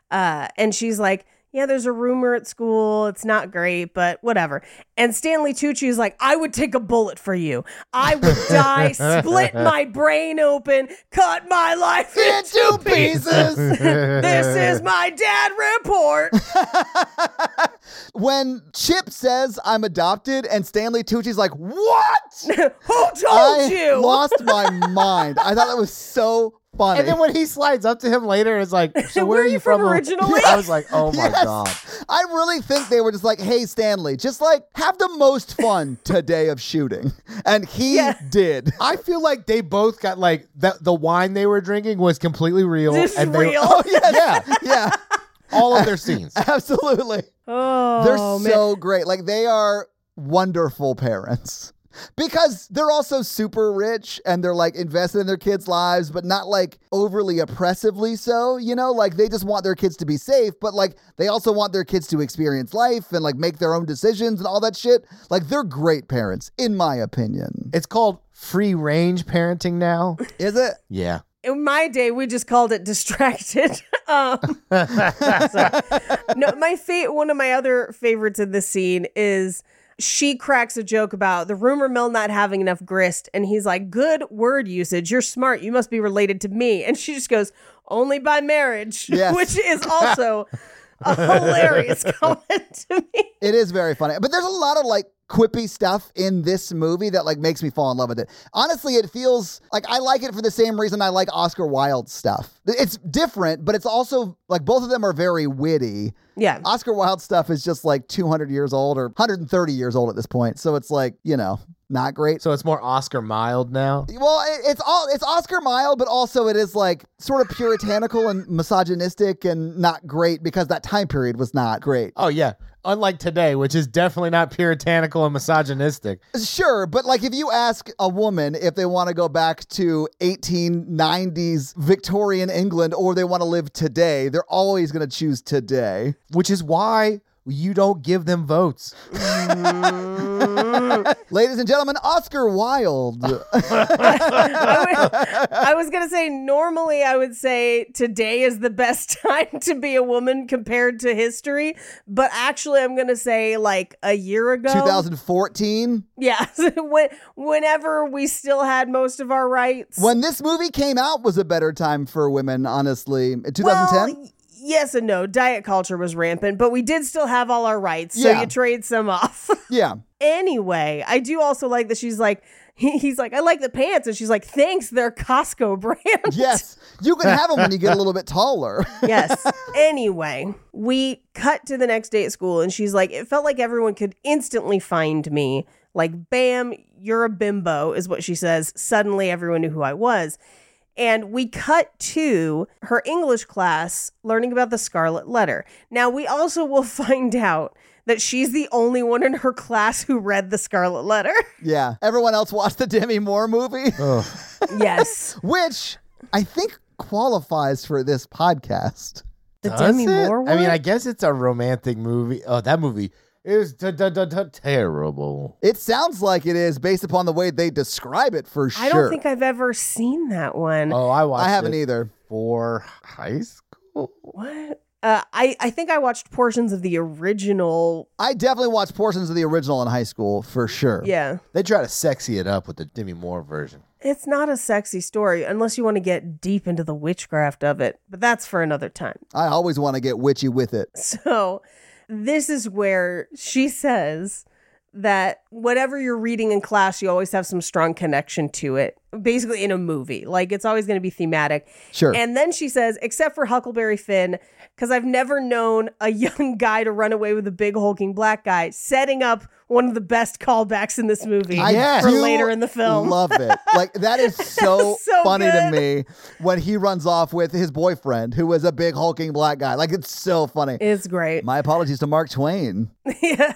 Uh, and she's like, Yeah, there's a rumor at school. It's not great, but whatever. And Stanley Tucci is like, I would take a bullet for you. I
<laughs>
would die, split my brain open, cut my life
In two
<laughs>
pieces.
this is my dad report. <laughs>
when Chip says I'm adopted and Stanley Tucci's like, "What?" <laughs>
Who told
I
you? <laughs>
lost my mind. I thought that was so funny.
And then when he slides up to him later,
<laughs>
it's like, so where,
are you from originally?
<laughs> I was like,
<laughs>
oh my
Yes.
god.
I really think they were just like, "Hey Stanley, just like have the most fun today of shooting," and he
Yeah.
did.
I feel like they both got like that. The wine they were drinking was completely real.
This is
and they,
<laughs>
real.
Oh yeah, yeah.
Yeah, <laughs>
<laughs>
All of their scenes.
absolutely.
oh,
They're
man.
so great. Like they are wonderful parents. Because they're also super rich and they're like invested in their kids' lives, but not like overly oppressively so, you know? Like they just want their kids to be safe, but like they also want their kids to experience life and like make their own decisions and all that shit. Like they're great parents, in my opinion.
It's called free range parenting now.
Is it?
Yeah.
in my day we just called it distracted <laughs> um so- no my fa- one of my other favorites in this scene is she cracks a joke about the rumor mill not having enough grist and he's like good word usage you're smart you must be related to me and she just goes only by marriage <laughs>
Yes.
which is also a hilarious <laughs> comment to me
It is very funny. But there's a lot of like quippy stuff in this movie that like makes me fall in love with it. Honestly, it feels like I like it for the same reason I like Oscar Wilde's stuff. It's different, but it's also like both of them are very witty.
yeah
Oscar Wilde stuff is just like 200 years old or 130 years old at this point. So it's like, you know, not great.
So it's more Oscar mild now.
Well, it, it's all it's Oscar Wilde, but also it is like sort of puritanical and misogynistic and not great because that time period was not great.
Oh yeah. Unlike today, which is definitely not puritanical and misogynistic.
Sure, but like if you ask a woman if they want to go back to 1890s Victorian England or they want to live today, they're always going to choose today.
Which is why you don't give them votes.
Ladies and gentlemen, Oscar Wilde.
I, would- I was gonna say normally I would say today is the best <laughs> time to be a woman compared to history, but actually I'm gonna say like a year ago,
2014.
Yeah, <laughs> when, whenever we still had most of our rights.
When this movie came out was a better time for women, honestly. In 2010?
Well, yes and no. Diet culture was rampant, but we did still have all our rights, so
Yeah.
you trade some off. <laughs>
yeah.
anyway, I do also like that she's like. he- He's like, I like the pants, and she's like, thanks, they're Costco <laughs> brand.
Yes. You can have them when you get a little bit taller. <laughs>
yes. Anyway, we cut to the next day at school, and she's like, It felt like everyone could instantly find me. Like, bam, you're a bimbo, is what she says. Suddenly, everyone knew who I was. And we cut to her English class learning about the Scarlet Letter. Now, we also <laughs> will find out that she's the only one in her class who read the Scarlet Letter. <laughs>
yeah. Everyone else watched the Demi Moore movie,
yes.
which I think qualifies for this podcast.
The
Does
Demi
it?
Moore
I mean,
one?
I guess it's a romantic movie. Oh, that movie is t- t- t- t- terrible.
It sounds like it is based upon the way they describe it for sure.
I don't think I've ever seen that one.
Oh, I watched.
I haven't
it
either.
For high school.
What? Uh, I I think I watched portions of the original.
I definitely watched portions of the original in high school for sure.
Yeah,
They try to sexy it up with the Demi Moore version.
it's not a sexy story unless you want to get deep into the witchcraft of it, but that's for another time. <laughs>
I always want to get witchy with it.
So, this is where she says that whatever you're reading in class, you always have some strong connection to it. Basically, in a movie, like it's always going to be thematic.
Sure.
And then she says, except for Huckleberry Finn, because I've never known a <laughs> young guy to run away with a big hulking black guy, setting up one of the best callbacks in this movie
Yes.
for
do
later in the film.
Love
<laughs>
it. Like that is so,
So
funny
good.
to me when he runs off with his boyfriend who was a big hulking black guy. Like it's so funny.
it's great.
My apologies to Mark Twain.
<laughs> yeah.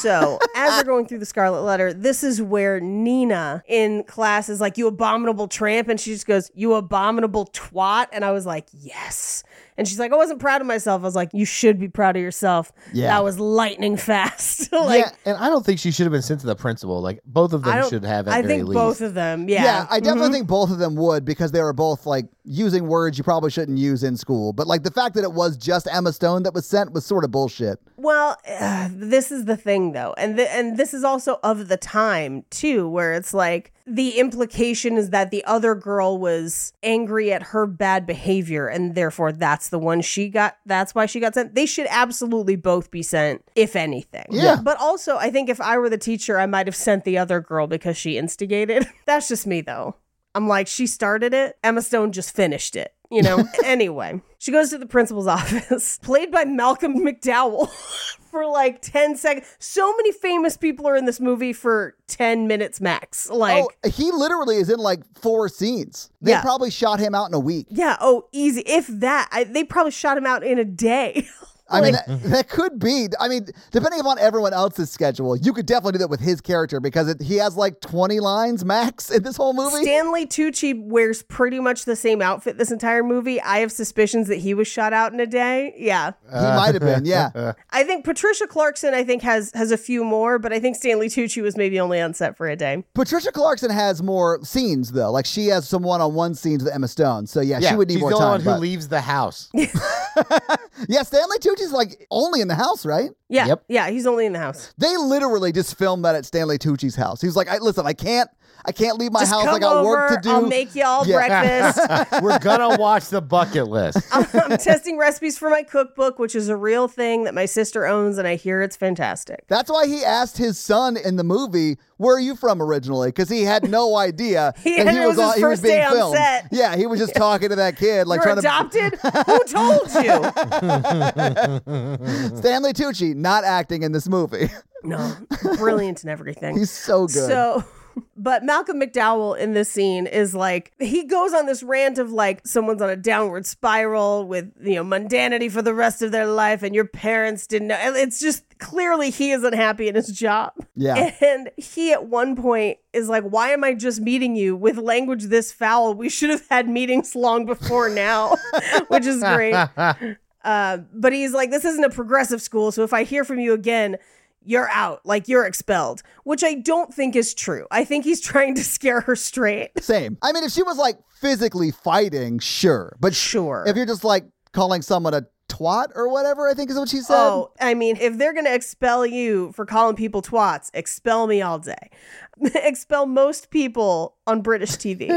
So, as they're going through the Scarlet Letter, this is where Nina in class is like, like, you abominable tramp. And she just goes, you abominable twat. And I was like, yes. And she's like, I wasn't proud of myself. I was like, you should be proud of yourself.
Yeah.
That was lightning fast. <laughs> like,
yeah, and I don't think she should have been sent to the principal. Like both of
I
them
don't,
should have. At
I
very
think
least.
both of them. Yeah. Mm-hmm.
Yeah, I definitely think both of them would because they were both like using words you probably shouldn't use in school. But like the fact that it was just Emma Stone that was sent was sort of bullshit.
Well, uh, this is the thing though. And th- and this is also of the time too where it's like the implication is that the other girl was angry at her bad behavior and therefore that's the one she got that's why she got sent. They should absolutely both be sent if anything.
Yeah.
But also, I think if I were the teacher, I might have sent the other girl because she instigated. <laughs> that's just me though. I'm like, she started it. Emma Stone just finished it. You know? anyway, she goes to the principal's <laughs> office, played by Malcolm McDowell <laughs> for like 10 seconds. So many famous people are in this movie for 10 minutes max. Like,
oh, he literally is in like four scenes. They
Yeah.
probably shot him out in a week.
yeah, oh, easy. If that, I, they probably shot him out in a day. <laughs>
I mean, that, that could be. I mean, depending upon everyone else's schedule, you could definitely do that with his character because it, he has like 20 lines max in this whole movie.
Stanley Tucci wears pretty much the same outfit this entire movie. I have suspicions that he was shot out in a day. Yeah.
he might have been, yeah.
<laughs>
I think Patricia Clarkson, I think, has has a few more, but I think Stanley Tucci was maybe only on set for a day.
Patricia Clarkson has more scenes though. Like she has some one-on-one scenes with Emma Stone. So yeah,
Yeah,
she would need
she's
more
the only
time.
one
but-
who leaves the <laughs> house.
yeah, Stanley Tucci's like only in the house, right?
Yeah.
Yep.
Yeah, he's only in the house.
They literally just filmed that at Stanley Tucci's house. He was like, I, "Listen, I can't, I can't leave my
Just
house.
come
I got
over,
work to do.
I'll make y'all
Yeah. <laughs>
breakfast.
We're gonna watch the bucket list.
I'm testing recipes for my cookbook, which is a real thing that my sister owns, and I hear it's fantastic.
That's why he asked his son in the movie, "Where are you from originally?" Because he had
<laughs>
no idea
He-
that
and
he
it
was,
was his
on, he was
first
being
day on
filmed.
set.
Yeah, he was just talking to that kid, like
<laughs> You're
trying
adopted?
<laughs>
Who told you?
to Stanley Tucci not acting in this movie. <laughs>
No, brilliant and everything.
He's so good.
So, but Malcolm McDowell in this scene is like, he goes on this rant of like, someone's on a downward spiral with, you know, mundanity for the rest of their life, and your parents didn't know. And it's just clearly he is unhappy in his job.
yeah.
<laughs> And he at one point is like, why am I just meeting you with language this foul? We should have had meetings long before now, <laughs> which is great. Uh, but he's like, this isn't a progressive school, so if I hear from you again, you're out, like you're expelled, which I don't think is true. I think he's <laughs> trying to scare her straight.
Same. I mean, if she was like physically fighting, sure, but sh-
Sure.
if you're just like calling someone a twat or whatever, I think is what she said.
Oh, I mean, if they're going to expel you for calling people twats, expel me all day. <laughs> expel most people on British TV.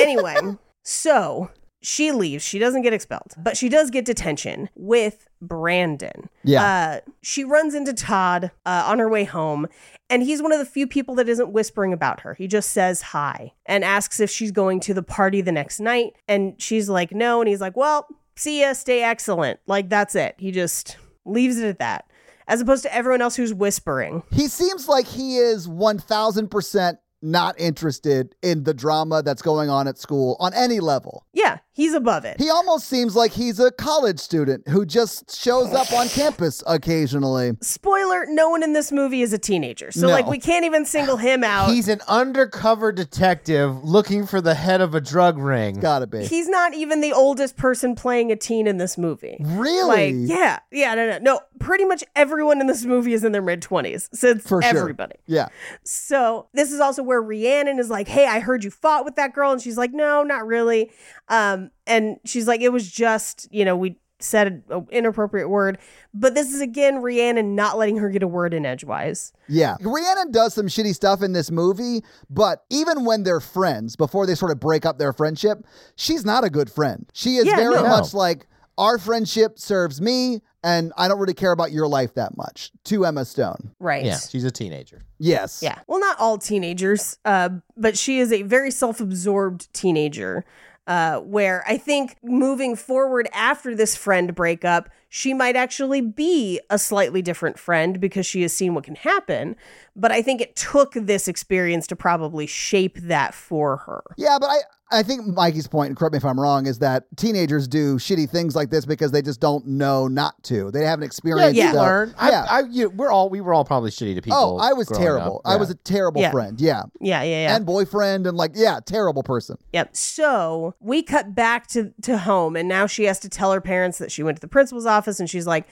anyway, so she leaves. She doesn't get expelled, but she does get detention with Brandon.
Yeah.
Uh, she runs into Todd uh, on her way home, and he's one of the few people that isn't whispering about her. He just says hi and asks if she's going to the party the next night. And she's like, no. And he's like, well, see ya, stay excellent. Like, that's it. He just leaves it at that, as opposed to everyone else who's whispering.
He seems like he is 1000% not interested in the drama that's going on at school on any level.
Yeah, he's above it.
He almost seems like he's a college student who just shows
<laughs>
up on campus occasionally.
Spoiler, no one in this movie is a teenager. So,
No.
like, we can't even single him out.
<laughs> He's an undercover detective looking for the head of a drug ring.
Gotta be.
He's not even the oldest person playing a teen in this movie.
really?
Like, yeah, yeah, no, no, no. Pretty much everyone in this movie is in their mid twenties. So it's
For sure.
everybody.
Yeah.
So this is also where Rhiannon is like, "Hey, I heard you fought with that girl," and she's like, "No, not really." Um, and she's like, "It was just, you know, we said an inappropriate word." But this is again Rhiannon not letting her get a word in edgewise.
Yeah. Rhiannon does some shitty stuff in this movie, but even when they're friends, before they sort of break up their friendship, she's not a good friend. She is
Yeah,
very
no.
much like, our friendship serves me, and I don't really care about your life that much. To Emma Stone.
Right.
Yeah, she's a teenager.
Yes.
Yeah. Well, not all teenagers, uh, but she is a very self absorbed teenager. Uh, where I think moving forward after this friend breakup, she might actually be a slightly different friend because she has seen what can happen. But I think it took this experience to probably shape that for her.
Yeah, but I, I think Mikey's point, and correct me if I'm wrong, is that teenagers do shitty things like this because they just don't know not to. They haven't experienced.
you
the-
learn. I,
yeah.
I, you we're all we were all probably shitty to people.
oh, I was
growing up.
terrible. I
Yeah.
was a terrible
Yeah.
friend. Yeah.
Yeah, yeah, yeah.
and boyfriend, and like, yeah, terrible person.
Yep. So we cut back to, to home, and now she has to tell her parents that she went to the principal's office, and she's like,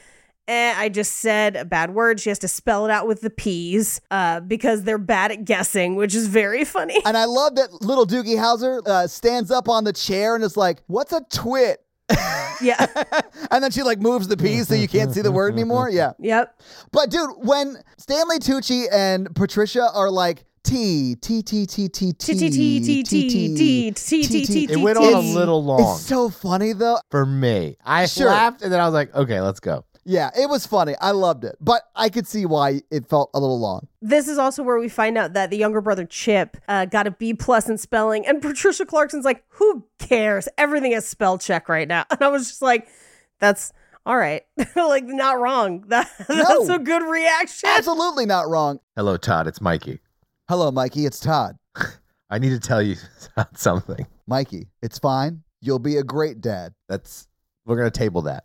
eh, I just said a bad word. She has to spell it out with the P's uh, because they're bad at guessing, which is very
<laughs>
funny.
And I love that little Doogie Howser uh, stands up on the chair and is like, "What's a twit?" <laughs>
yeah.
and then she like moves the piece so you can't see the word anymore. Yeah.
Yep.
But dude, when Stanley Tucci and Patricia are like T T T T
T
T
T T T T T T T T T.
It went on a
It's-
little long
It's so funny though.
for me. I
Sure.
laughed and then I was like, okay, let's go.
Yeah, it was funny. I loved it. But I could see why it felt a little long.
This is also where we find out that the younger brother Chip uh, got a B plus in spelling, and Patricia Clarkson's like, "Who cares? Everything has spell check right now." <laughs> And I was just like, "That's all right. <laughs> like, not wrong. That, <laughs> that's a good reaction."
Absolutely not wrong.
Hello, Todd. It's Mikey.
Hello, Mikey. It's Todd.
I need to tell you <laughs> something.
Mikey, it's fine. You'll be a great dad.
That's we're gonna table that.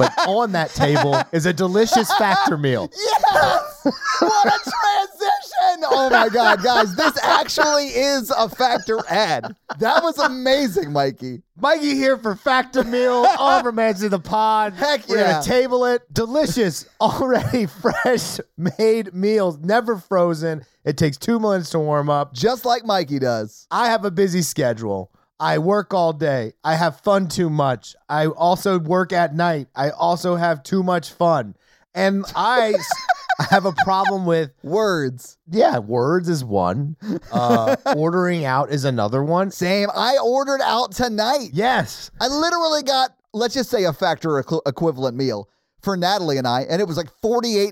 But
<laughs>
on that table is a delicious factor meal.
Yes! What a transition! Oh my God, guys, this actually is a factor ad. That was amazing, Mikey.
Mikey here for Factor
<laughs>
Meal, all from Edge of the Pod.
Heck
We're
yeah.
gonna table it.
<laughs>
Delicious, already fresh made meals, never frozen. It takes two minutes to warm up.
Just like Mikey does.
I have a busy schedule. I work all day. I have fun too much. I also work at night. I also have too much fun. And I
<laughs>
s- have a problem with
Words.
yeah, words is one.
<laughs>
Uh, ordering out is another one.
Same. I ordered out tonight.
Yes.
I literally got, let's just say, a factor equ- equivalent meal for Natalie and I, and it was like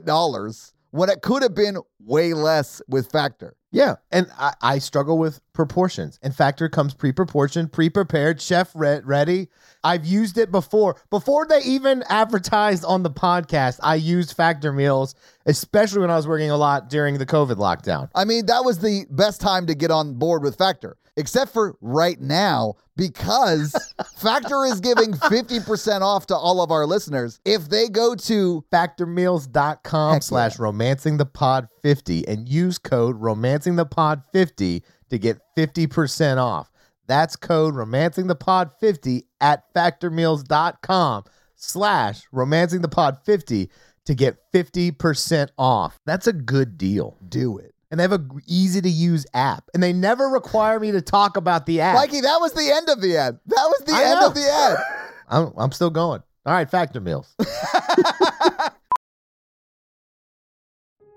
$48 when it could have been way less with factor.
Yeah. And I, I struggle with proportions. And Factor comes pre proportioned, pre prepared, chef re- ready. I've used it before. Before they even advertised on the podcast, I used Factor meals, especially when I was working a lot during the COVID lockdown.
I mean, that was the best time to get on board with Factor, except for right now, because Factor is giving 50% off to all of our listeners. If they go to,
factormeals.com
Heck
slash
yeah.
romancing the pod 50 and use code romancing the pod 50 to get 50% off that's code romancing the pod 50 at factormeals.com slash romancing the pod 50 to get 50% off that's a good deal
do it.
and they have a easy to use app and they never require me to talk about the app
Mikey, that was the end of the ad. That was the
I
end
know.
of the ad.
I'm, I'm still going all right factor meals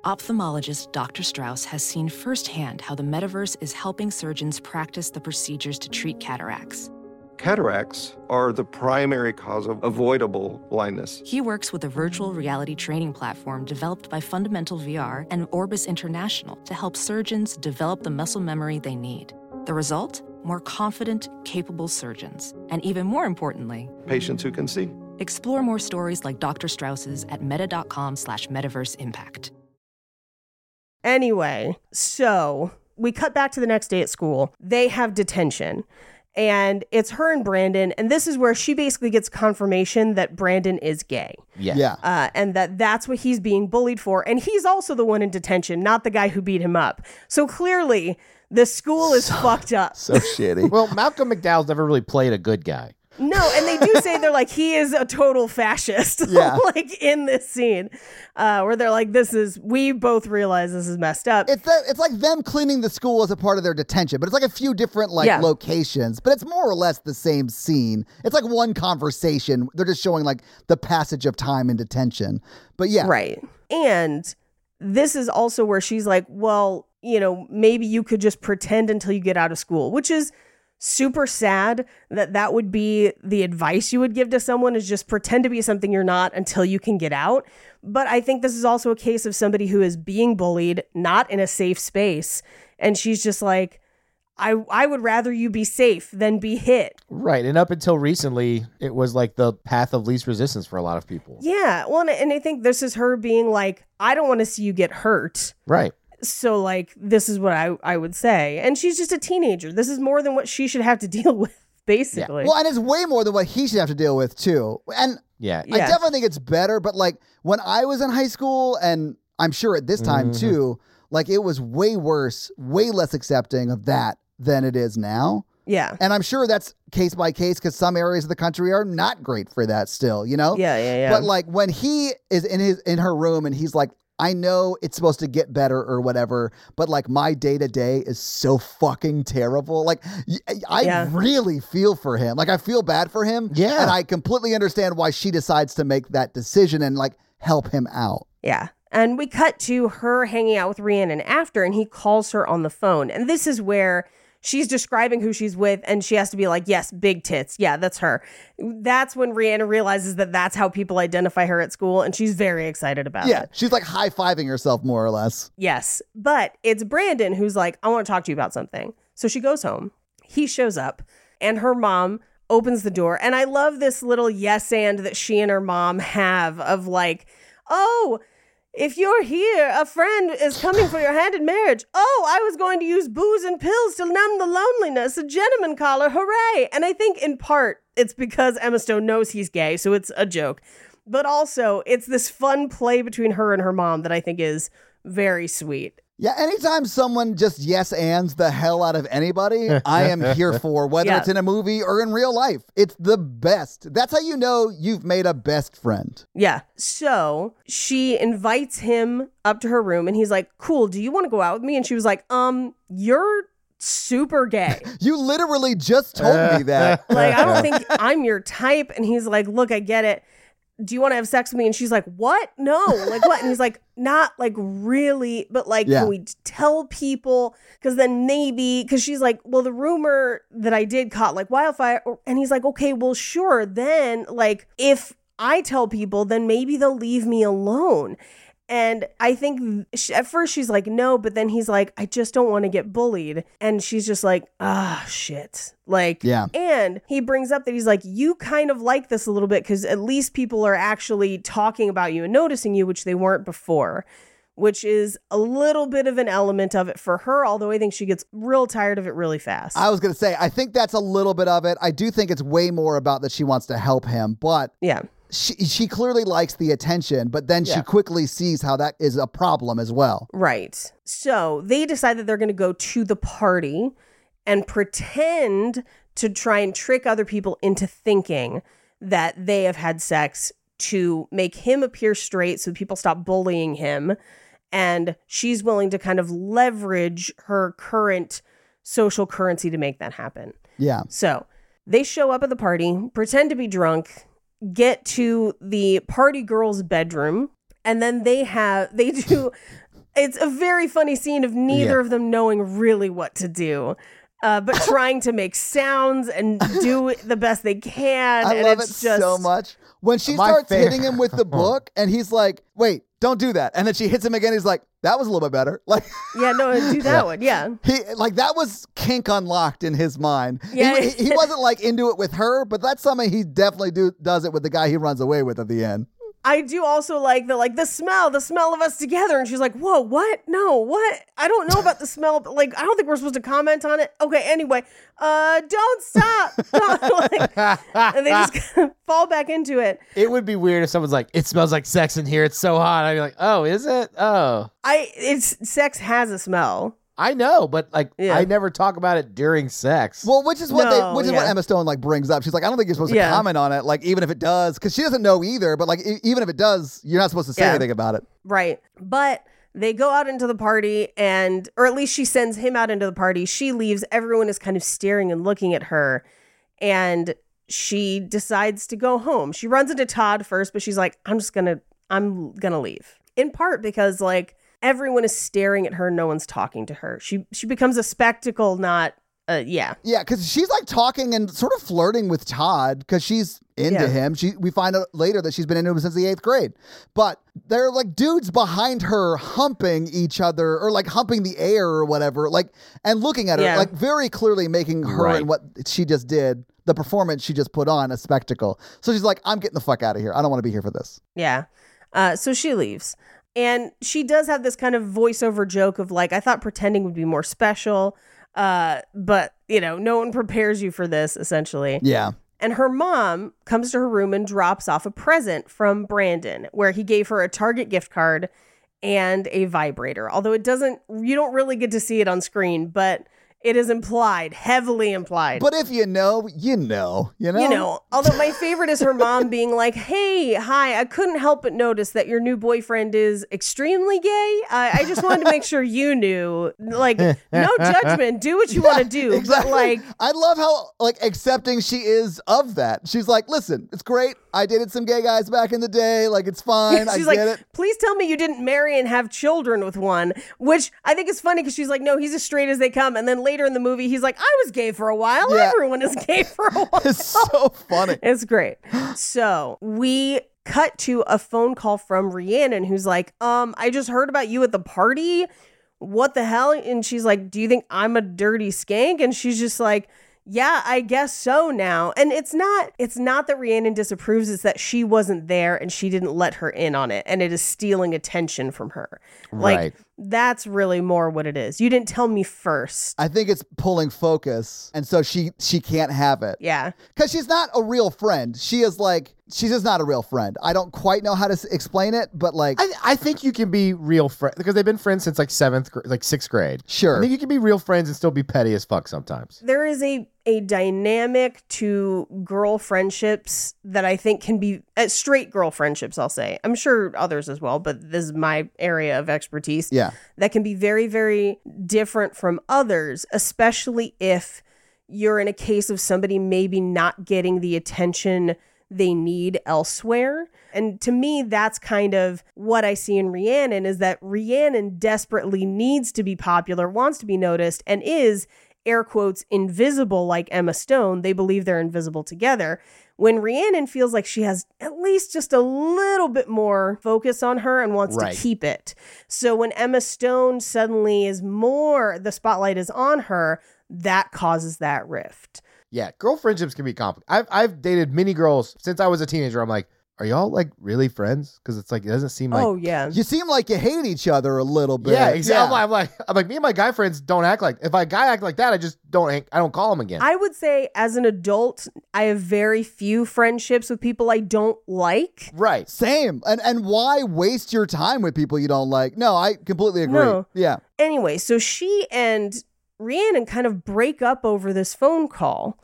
Ophthalmologist Dr. Strauss has seen firsthand how the metaverse is helping surgeons practice the procedures to treat cataracts.
Cataracts are the primary cause of avoidable blindness.
He works with a virtual reality training platform developed by Fundamental VR and Orbis International to help surgeons develop the muscle memory they need. The result? More confident, capable surgeons. And even more importantly,
Patients who can see.
explore more stories like Dr. Strauss's at meta.com slash metaverse impact.
Anyway, so we cut back to the next day at school. They have detention. And it's her and Brandon. And this is where she basically gets confirmation that Brandon is gay
<laughs> yeah
Yeah.
uh, and that that's what he's being bullied for. And he's also the one in detention, not the guy who beat him up. So clearly, the school is fucked up.
So shitty.
well malcolm mcdowell's never really played a good guy
No, and they do say they're like he is a total fascist. <laughs>
Yeah.
like in this scene, uh, where they're like, "This is we both realize this is messed up."
<laughs> It's that it's like them cleaning the school as a part of their detention, but it's like a few different like
Yeah.
locations, but it's more or less the same scene. It's like one conversation. They're just showing like the passage of time in detention. But yeah,
Right. And this is also where she's like, well, you know, maybe you could just pretend until you get out of school, which is super sad that that would be the advice you would give to someone is just pretend to be something you're not until you can get out. But I think this is also a case of somebody who is being bullied, not in a safe space. And she's just like, I, I would rather you be safe than be hit.
Right. And up until recently, it was like the path of least resistance for a lot of people.
Yeah. Well, and I- and I think this is her being like, I don't want to see you get hurt.
Right.
So like this is what I I would say. And she's just a teenager. This is more than what she should have to <laughs> deal with basically.
Well, and it's way more than what he should have to deal with too. And
<laughs> Yeah.
I
Yeah.
definitely think it's better, but like when I was in high school, and I'm sure at this time too, like it was way worse, way less accepting of that than it is now.
yeah.
And I'm sure that's case by case because some areas of the country are not great for that still, you know?
Yeah, yeah, yeah.
But like when he is in his in her room and he's like, I know it's supposed to get better or whatever, but like my day to day is so fucking terrible. Like y- I
Yeah.
really feel for him. Like I feel bad for him.
Yeah.
and I completely understand why she decides to make that decision and like help him out.
Yeah. And we cut to her hanging out with Rhiannon after, and he calls her on the phone. And this is where she's describing who she's with, and she has to be like, Yes, big tits. Yeah, that's her. That's when Rhiannon realizes that that's how people identify her at school, and she's very excited about
Yeah,
it.
she's like high fiving herself more or less.
Yes. But it's Brandon who's like, I want to talk to you about something. So she goes home. He shows up, and her mom opens the door. And I love this little yes and that she and her mom have of like, oh, if you're here, a friend is coming for your hand in marriage. Oh, I was going to use booze and pills to numb the loneliness. A gentleman caller, hooray! And I think in part it's because Emma Stone knows he's gay, so it's a joke. But also, it's this fun play between her and her mom that I think is very sweet.
Yeah, anytime someone just yes ands the hell out of anybody, I am here for, whether
Yeah.
it's in a movie or in real life. It's the best. That's how you know you've made a best friend.
Yeah. So she invites him up to her room and he's like, Cool, do you want to go out with me? And she was like, Um, you're super gay.
You literally just told me that.
<laughs> Like, I don't think I'm your type. And he's like, Look, I get it. Do you want to have sex with me? And she's like, What? No. Like, what? And he's like, Not like really, but like,
Yeah.
can we tell people? Because then maybe, because she's like, Well, the rumor that I did caught like wildfire. Or- And he's like, Okay, well, sure. Then, like, if I tell people, then maybe they'll leave me alone. And I think th- she, at first she's like, no, but then he's like, I just don't want to get bullied. And she's just like, ah, shit. Like,
Yeah.
And he brings up that he's like, you kind of like this a little bit because at least people are actually talking about you and noticing you, which they weren't before, which is a little bit of an element of it for her, although I think she gets real tired of it really fast.
I was going to say, I think that's a little bit of it. I do think it's way more about that she wants to help him, but
yeah.
she, she clearly likes the attention, but then she
Yeah.
quickly sees how that is a problem as well.
Right. So they decide that they're going to go to the party and pretend to try and trick other people into thinking that they have had sex to make him appear straight so people stop bullying him. And she's willing to kind of leverage her current social currency to make that happen.
Yeah.
So they show up at the party, pretend to be drunk, get to the party girl's bedroom, and then they have <laughs> they do. It's a very funny scene of neither
Yeah.
of them knowing really what to do. Uh,
<laughs>
but trying to make sounds and do it the best they can.
I
and
love it
it's just,
so much. When she
My
starts
fav-
hitting him with the book and he's like, wait, don't do that. And then she hits him again. He's like, that was a little bit better. <laughs> Like,
Yeah, no, do that one. Yeah.
He like that was kink unlocked in his mind. He-
Yeah.
He, he wasn't like into it with her, but that's something he definitely do does it with the guy he runs away with at the end.
I do also like the like the smell, the smell of us together. And she's like, "Whoa, what? No, what? I don't know about the smell, but like, I don't think we're supposed to comment on it." Okay, anyway, uh, don't stop. <laughs> Don't- like- and they
<laughs>
just <laughs> fall back into it.
It would be weird if someone's like, "It smells like sex in here. It's so hot." I'd be like, "Oh, is it? Oh,
I it's sex has a smell.
I know, but like,
Yeah.
I never talk about it during sex."
Well, which is what
No,
they which is what
yeah.
Emma Stone like brings up. She's like, I don't think you're supposed
Yeah.
to comment on it, like even if it does, because she doesn't know either. But like e- even if it does, you're not supposed to say
Yeah.
anything about it.
Right. But they go out into the party and or at least she sends him out into the party. She leaves. Everyone is kind of staring and looking at her. And she decides to go home. She runs into Todd first, but she's like, I'm just gonna I'm gonna leave. In part because like everyone is staring at her, no one's talking to her. She she becomes a spectacle, not uh yeah.
Yeah, because she's like talking and sort of flirting with Todd because she's into
Yeah.
him. She we find out later that she's been into him since the eighth grade. But there are like dudes behind her humping each other or like humping the air or whatever, like and looking at her,
Yeah.
like very clearly making her
Right.
and what she just did, the performance she just put on, a spectacle. So she's like, I'm getting the fuck out of here. I don't want to be here for this.
Yeah. Uh, so she leaves. And she does have this kind of voiceover joke of like, I thought pretending would be more special, uh, but you know, no one prepares you for this essentially.
Yeah.
And her mom comes to her room and drops off a present from Brandon, where he gave her a Target gift card and a vibrator. Although it doesn't, you don't really get to see it on screen, but it is implied, heavily implied.
But if you know, you know, you know.
You know, although my favorite is her mom being like, "Hey, hi, I couldn't help but notice that your new boyfriend is extremely gay. I, I just wanted to make sure you knew. Like,
<laughs>
no judgment. Do what you want to do.
Exactly.
But like,
I love how like accepting she is of that. She's like, listen, it's great. I dated some gay guys back in the day. Like it's fine.
<laughs>
I
she's
get
like,
it.
please tell me you didn't marry and have children with one, which I think is funny because she's like, no, he's as straight as they come. And then later in the movie, he's like, I was gay for a while.
Yeah.
Everyone is gay for
<laughs>
a while.
It's so funny.
It's great. So we cut to a phone call from Rhiannon, who's like, um, I just heard about you at the party. What the hell? And she's like, Do you think I'm a dirty skank? And she's just like, yeah, I guess so now. And it's not it's not that Rhiannon disapproves, it's that she wasn't there and she didn't let her in on it and it is stealing attention from her. Like
Right.
that's really more what it is. You didn't tell me first.
I think it's pulling focus, and so she she can't have it
Yeah.
because she's not a real friend. She is like she's just not a real friend. I don't quite know how to s- explain it, but like
I, I think you can be real friends because they've been friends since like seventh, gr- like sixth grade.
Sure.
I think you can be real friends and still be petty as fuck sometimes.
there is a a dynamic to girl friendships that I think can be uh, straight girl friendships. I'll say I'm sure others as well, but this is my area of expertise.
yeah,
that can be very very different from others, especially if you're in a case of somebody maybe not getting the attention they need elsewhere. And to me, that's kind of what I see in Rhiannon is that Rhiannon desperately needs to be popular, wants to be noticed, and is air quotes invisible like Emma Stone. They believe they're invisible together. When Rhiannon feels like she has at least just a little bit more focus on her and wants
Right.
to keep it. So when Emma Stone suddenly is more, the spotlight is on her, that causes that rift.
Yeah, girl friendships can be complicated. I've I've dated many girls since I was a teenager. I'm like, are y'all like really friends? Because it's like it doesn't seem like.
oh yeah.
you seem like you hate each other a little bit.
yeah, exactly. I'm like, I'm like, me and my guy friends don't act like. If a guy act like that, I just don't. Hang, I don't call him again.
I would say as an adult, I have very few friendships with people I don't like.
right.
Same. And and why waste your time with people you don't like? No, I completely agree.
No.
Yeah.
Anyway, so she and Rhiannon kind of break up over this phone call.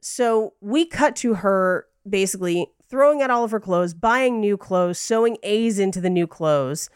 So we cut to her basically throwing out all of her clothes, buying new clothes, sewing A's into the new clothes.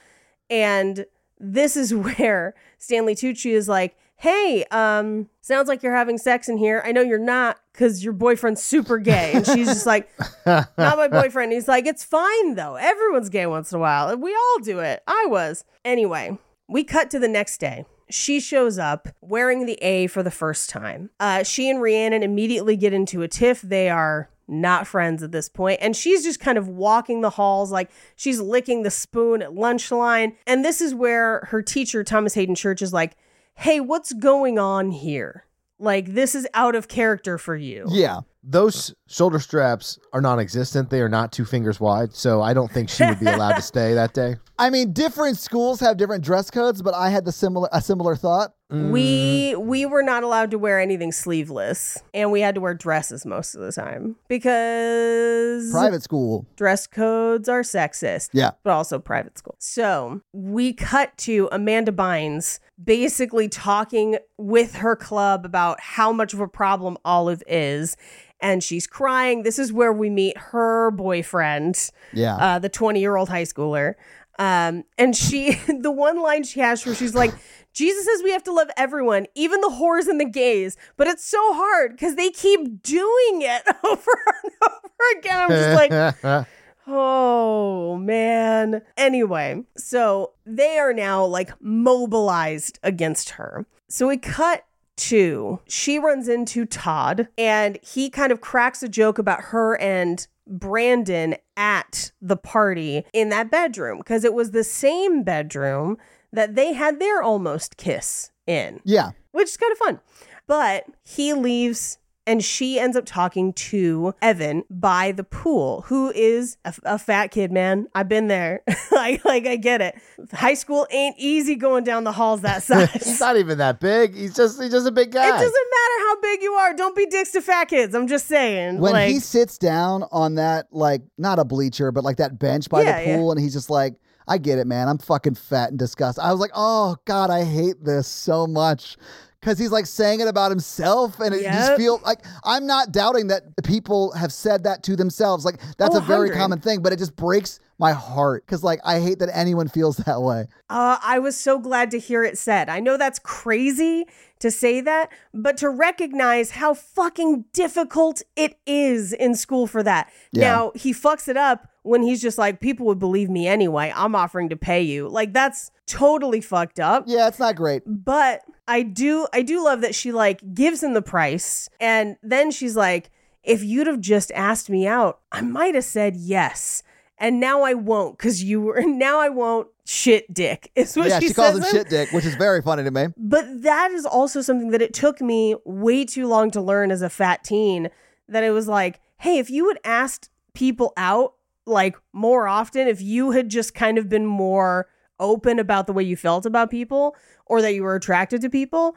And this is <laughs> where Stanley Tucci is like, Hey, um, sounds like you're having sex in here. I know you're not because your boyfriend's super gay. And she's just like, Not my boyfriend. He's like, It's fine though. Everyone's gay once in a while. We all do it. I was. Anyway, we cut to the next day. She shows up wearing the A for the first time. Uh, she and Rhiannon immediately get into a tiff. They are not friends at this point. And she's just kind of walking the halls, like she's licking the spoon at lunch line. And this is where her teacher, Thomas Hayden Church, is like, hey, what's going on here? Like, this is out of character for you.
Yeah.
Those shoulder straps are non-existent. They are not two fingers wide, so I don't think she would be allowed to stay that day.
I mean, different schools have different dress codes, but I had the similar a similar thought.
We
Mm.
we were not allowed to wear anything sleeveless, and we had to wear dresses most of the time because
Private school.
dress codes are sexist.
Yeah.
But also private school. So we cut to Amanda Bynes basically talking with her club about how much of a problem Olive is. And she's crying. This is where we meet her boyfriend,
Yeah.
uh, the 20 year old high schooler. Um, and she, <laughs> the one line she has where she's like, Jesus says we have to love everyone, even the whores and the gays, but it's so hard because they keep doing it <laughs> over and over again. I'm just like, Oh man. Anyway, so they are now like mobilized against her. So we cut to she runs into Todd and he kind of cracks a joke about her and Brandon at the party in that bedroom because it was the same bedroom that they had their almost kiss in
yeah.
which is kind of fun. But he leaves and she ends up talking to Evan by the pool, who is a, a fat kid, man. I've been there. <laughs> like, like I get it. High school ain't easy going down the halls
<laughs>
that
He's
size.
not even that big. He's just he's just a big guy.
It doesn't matter how big you are. Don't be dicks to fat kids. I'm just saying.
when
like,
he sits down on that like not a bleacher but like that bench by
Yeah,
the
yeah.
pool and he's just like i get it man i'm fucking fat and disgusted i was like oh god i hate this so much because he's like saying it about himself and it just
Yep.
feel like i'm not doubting that people have said that to themselves like that's
Oh,
a very
100.
common thing but it just breaks my heart because like i hate that anyone feels that way
Uh, I was so glad to hear it said. I know that's crazy to say that, but to recognize how fucking difficult it is in school for that.
Yeah.
Now, he fucks it up when he's just like, people would believe me anyway. I'm offering to pay you. Like, that's totally fucked up.
yeah it's not great
But I do, I do love that she like gives him the price. And then she's like, if you'd have just asked me out, I might have said yes. And now I won't because you were, <laughs> now I won't shit dick is what
yeah
she,
she, calls him
says
shit dick which is very funny to me
but that is also something that it took me way too long to learn as a fat teen that it was like, hey, if you had asked people out like more often, if you had just kind of been more open about the way you felt about people or that you were attracted to people,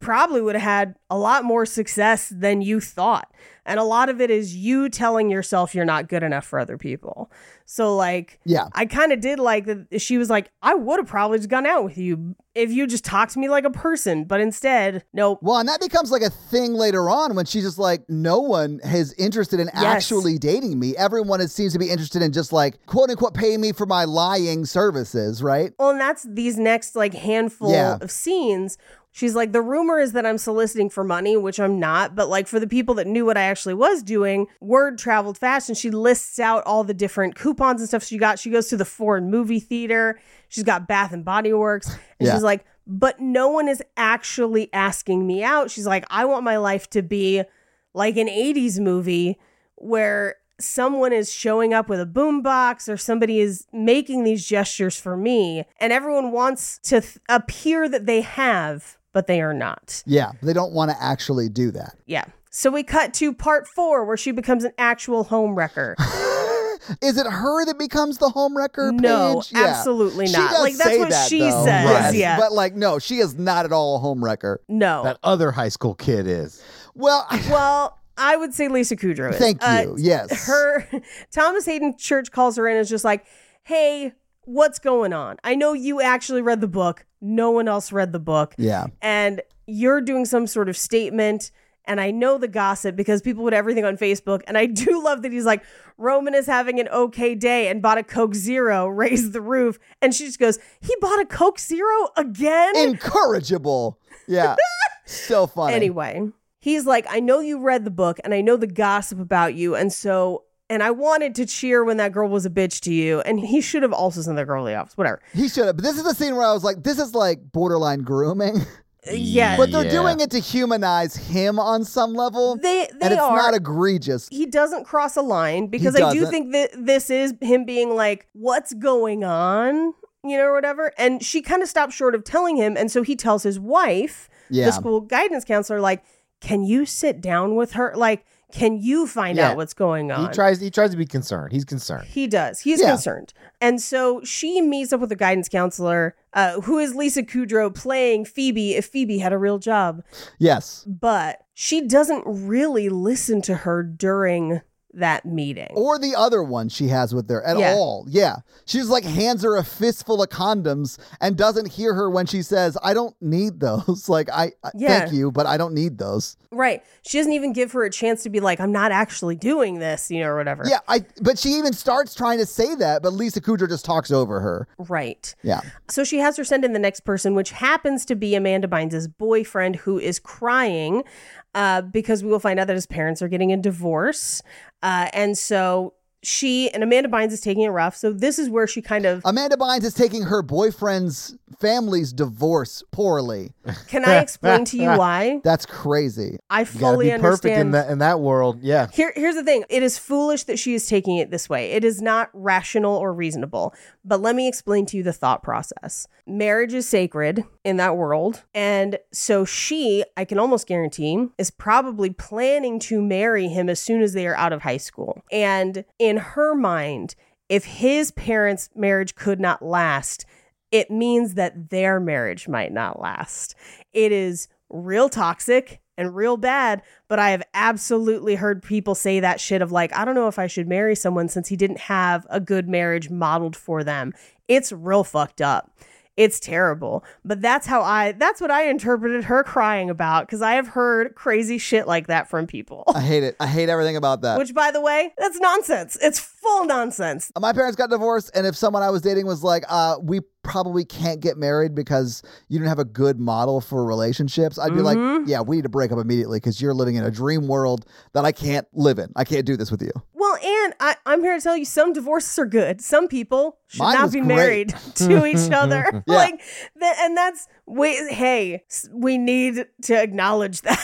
probably would have had a lot more success than you thought. And a lot of it is you telling yourself you're not good enough for other people. So like
yeah
I kind of did like that. She was like, I would have probably just gone out with you if you just talked to me like a person. But instead, nope.
Well, and that becomes like a thing later on when she's just like, no one is interested in
Yes.
actually dating me. Everyone is, seems to be interested in just like, quote unquote, pay me for my lying services, right?
Well, and that's these next like handful
Yeah.
of scenes. She's like, the rumor is that I'm soliciting for money, which I'm not. But like for the people that knew what I actually was doing, word traveled fast. And she lists out all the different coupons and stuff she got. She goes to the foreign movie theater. She's got Bath and Body Works. And
Yeah.
she's like, but no one is actually asking me out. She's like, I want my life to be like an 80s movie where someone is showing up with a boombox or somebody is making these gestures for me and everyone wants to th- appear that they have but they are not
Yeah. They don't want to actually do that.
yeah so we cut to part four where she becomes an actual home
<laughs>
wrecker
Is it her that becomes the homewrecker?
No,
Paige? Yeah.
absolutely
She
not.
does
Like, that's
say
what
that,
she
though.
says,
Right.
yeah.
But like, no, she is not at all a homewrecker.
no
that other high school kid is.
Well,
well i would say lisa kudrow is
thank
Uh,
you. Yes.
her <laughs> Thomas Hayden Church calls her in and is just like, "Hey, what's going on? I know you actually read the book. No one else read the book,
Yeah.
and you're doing some sort of statement." And I know the gossip because people put everything on Facebook. And I <laughs> do love that he's like, Roman is having an okay day and bought a Coke Zero, <laughs> raised the roof. And she just goes, He bought a Coke Zero again?
Incorrigible. Yeah. so funny.
Anyway, he's like, I know you read the book and I know the gossip about you. And so, and I wanted to cheer when that girl was a bitch to you. And he should have also sent that girl to the office, whatever.
He should have. But this is the scene where I was like, this is like borderline grooming. <laughs>
yeah.
But they're
Yeah.
doing it to humanize him on some level.
They, they
and it's
are.
not egregious.
he doesn't cross a line because I do
doesn't.
think that this is him being like, what's going on? You know, or whatever. And she kind of stopped short of telling him. And so he tells his wife,
Yeah.
the school guidance counselor, like, can you sit down with her? Like, can you find
Yeah.
out what's going on?
He tries he tries to be concerned. He's concerned.
He does. He's
Yeah.
concerned. And so she meets up with a guidance counselor, uh, who is Lisa Kudrow playing Phoebe if Phoebe had a real job.
Yes.
But she doesn't really listen to her during that meeting.
Or the other one she has with her at
Yeah.
all. Yeah. She just like hands her a fistful of condoms and doesn't hear her when she says, I don't need those. <laughs> like, I, I-
Yeah.
thank you, but I don't need those.
Right. She doesn't even give her a chance to be like, I'm not actually doing this, you know, or whatever.
Yeah. I, but she even starts trying to say that, but Lisa Kudrow just talks over her.
Right.
Yeah.
So she has her send in the next person, which happens to be Amanda Bynes' boyfriend, who is crying uh, because we will find out that his parents are getting a divorce. Uh, and so
Uh,
she and Amanda Bynes is taking it rough. So this is where she kind of.
Amanda Bynes is taking her boyfriend's families divorce poorly.
Can I explain
<laughs>
to you why?
That's crazy.
I
You gotta
fully
be perfect
understand
in that in that world. Yeah.
Here, here's the thing. It is foolish that she is taking it this way. It is not rational or reasonable. But let me explain to you the thought process. Marriage is sacred in that world. And so she, I can almost guarantee, is probably planning to marry him as soon as they are out of high school. And in her mind, if his parents' marriage could not last, it means that their marriage might not last. It is real toxic and real bad, but I have absolutely heard people say that shit of like, I don't know if I should marry someone since he didn't have a good marriage modeled for them. It's real fucked up. It's terrible. But that's how I that's what I interpreted her crying about cuz I have heard crazy shit like that from people.
I hate it. I hate everything about that.
Which by the way, that's nonsense. It's full nonsense.
my parents got divorced, and if someone I was dating was like, uh, "We probably can't get married because you don't have a good model for relationships," I'd be
Mm-hmm.
like, "Yeah, we need to break up immediately because you're living in a dream world that I can't live in. I can't do this with you."
Well, and I, I'm here to tell you some divorces are good. Some people should
Mine
not
was
be
great. <laughs>
married to each other.
Yeah.
<laughs> Like, th- and that's, we, hey, s- we need to acknowledge <laughs> that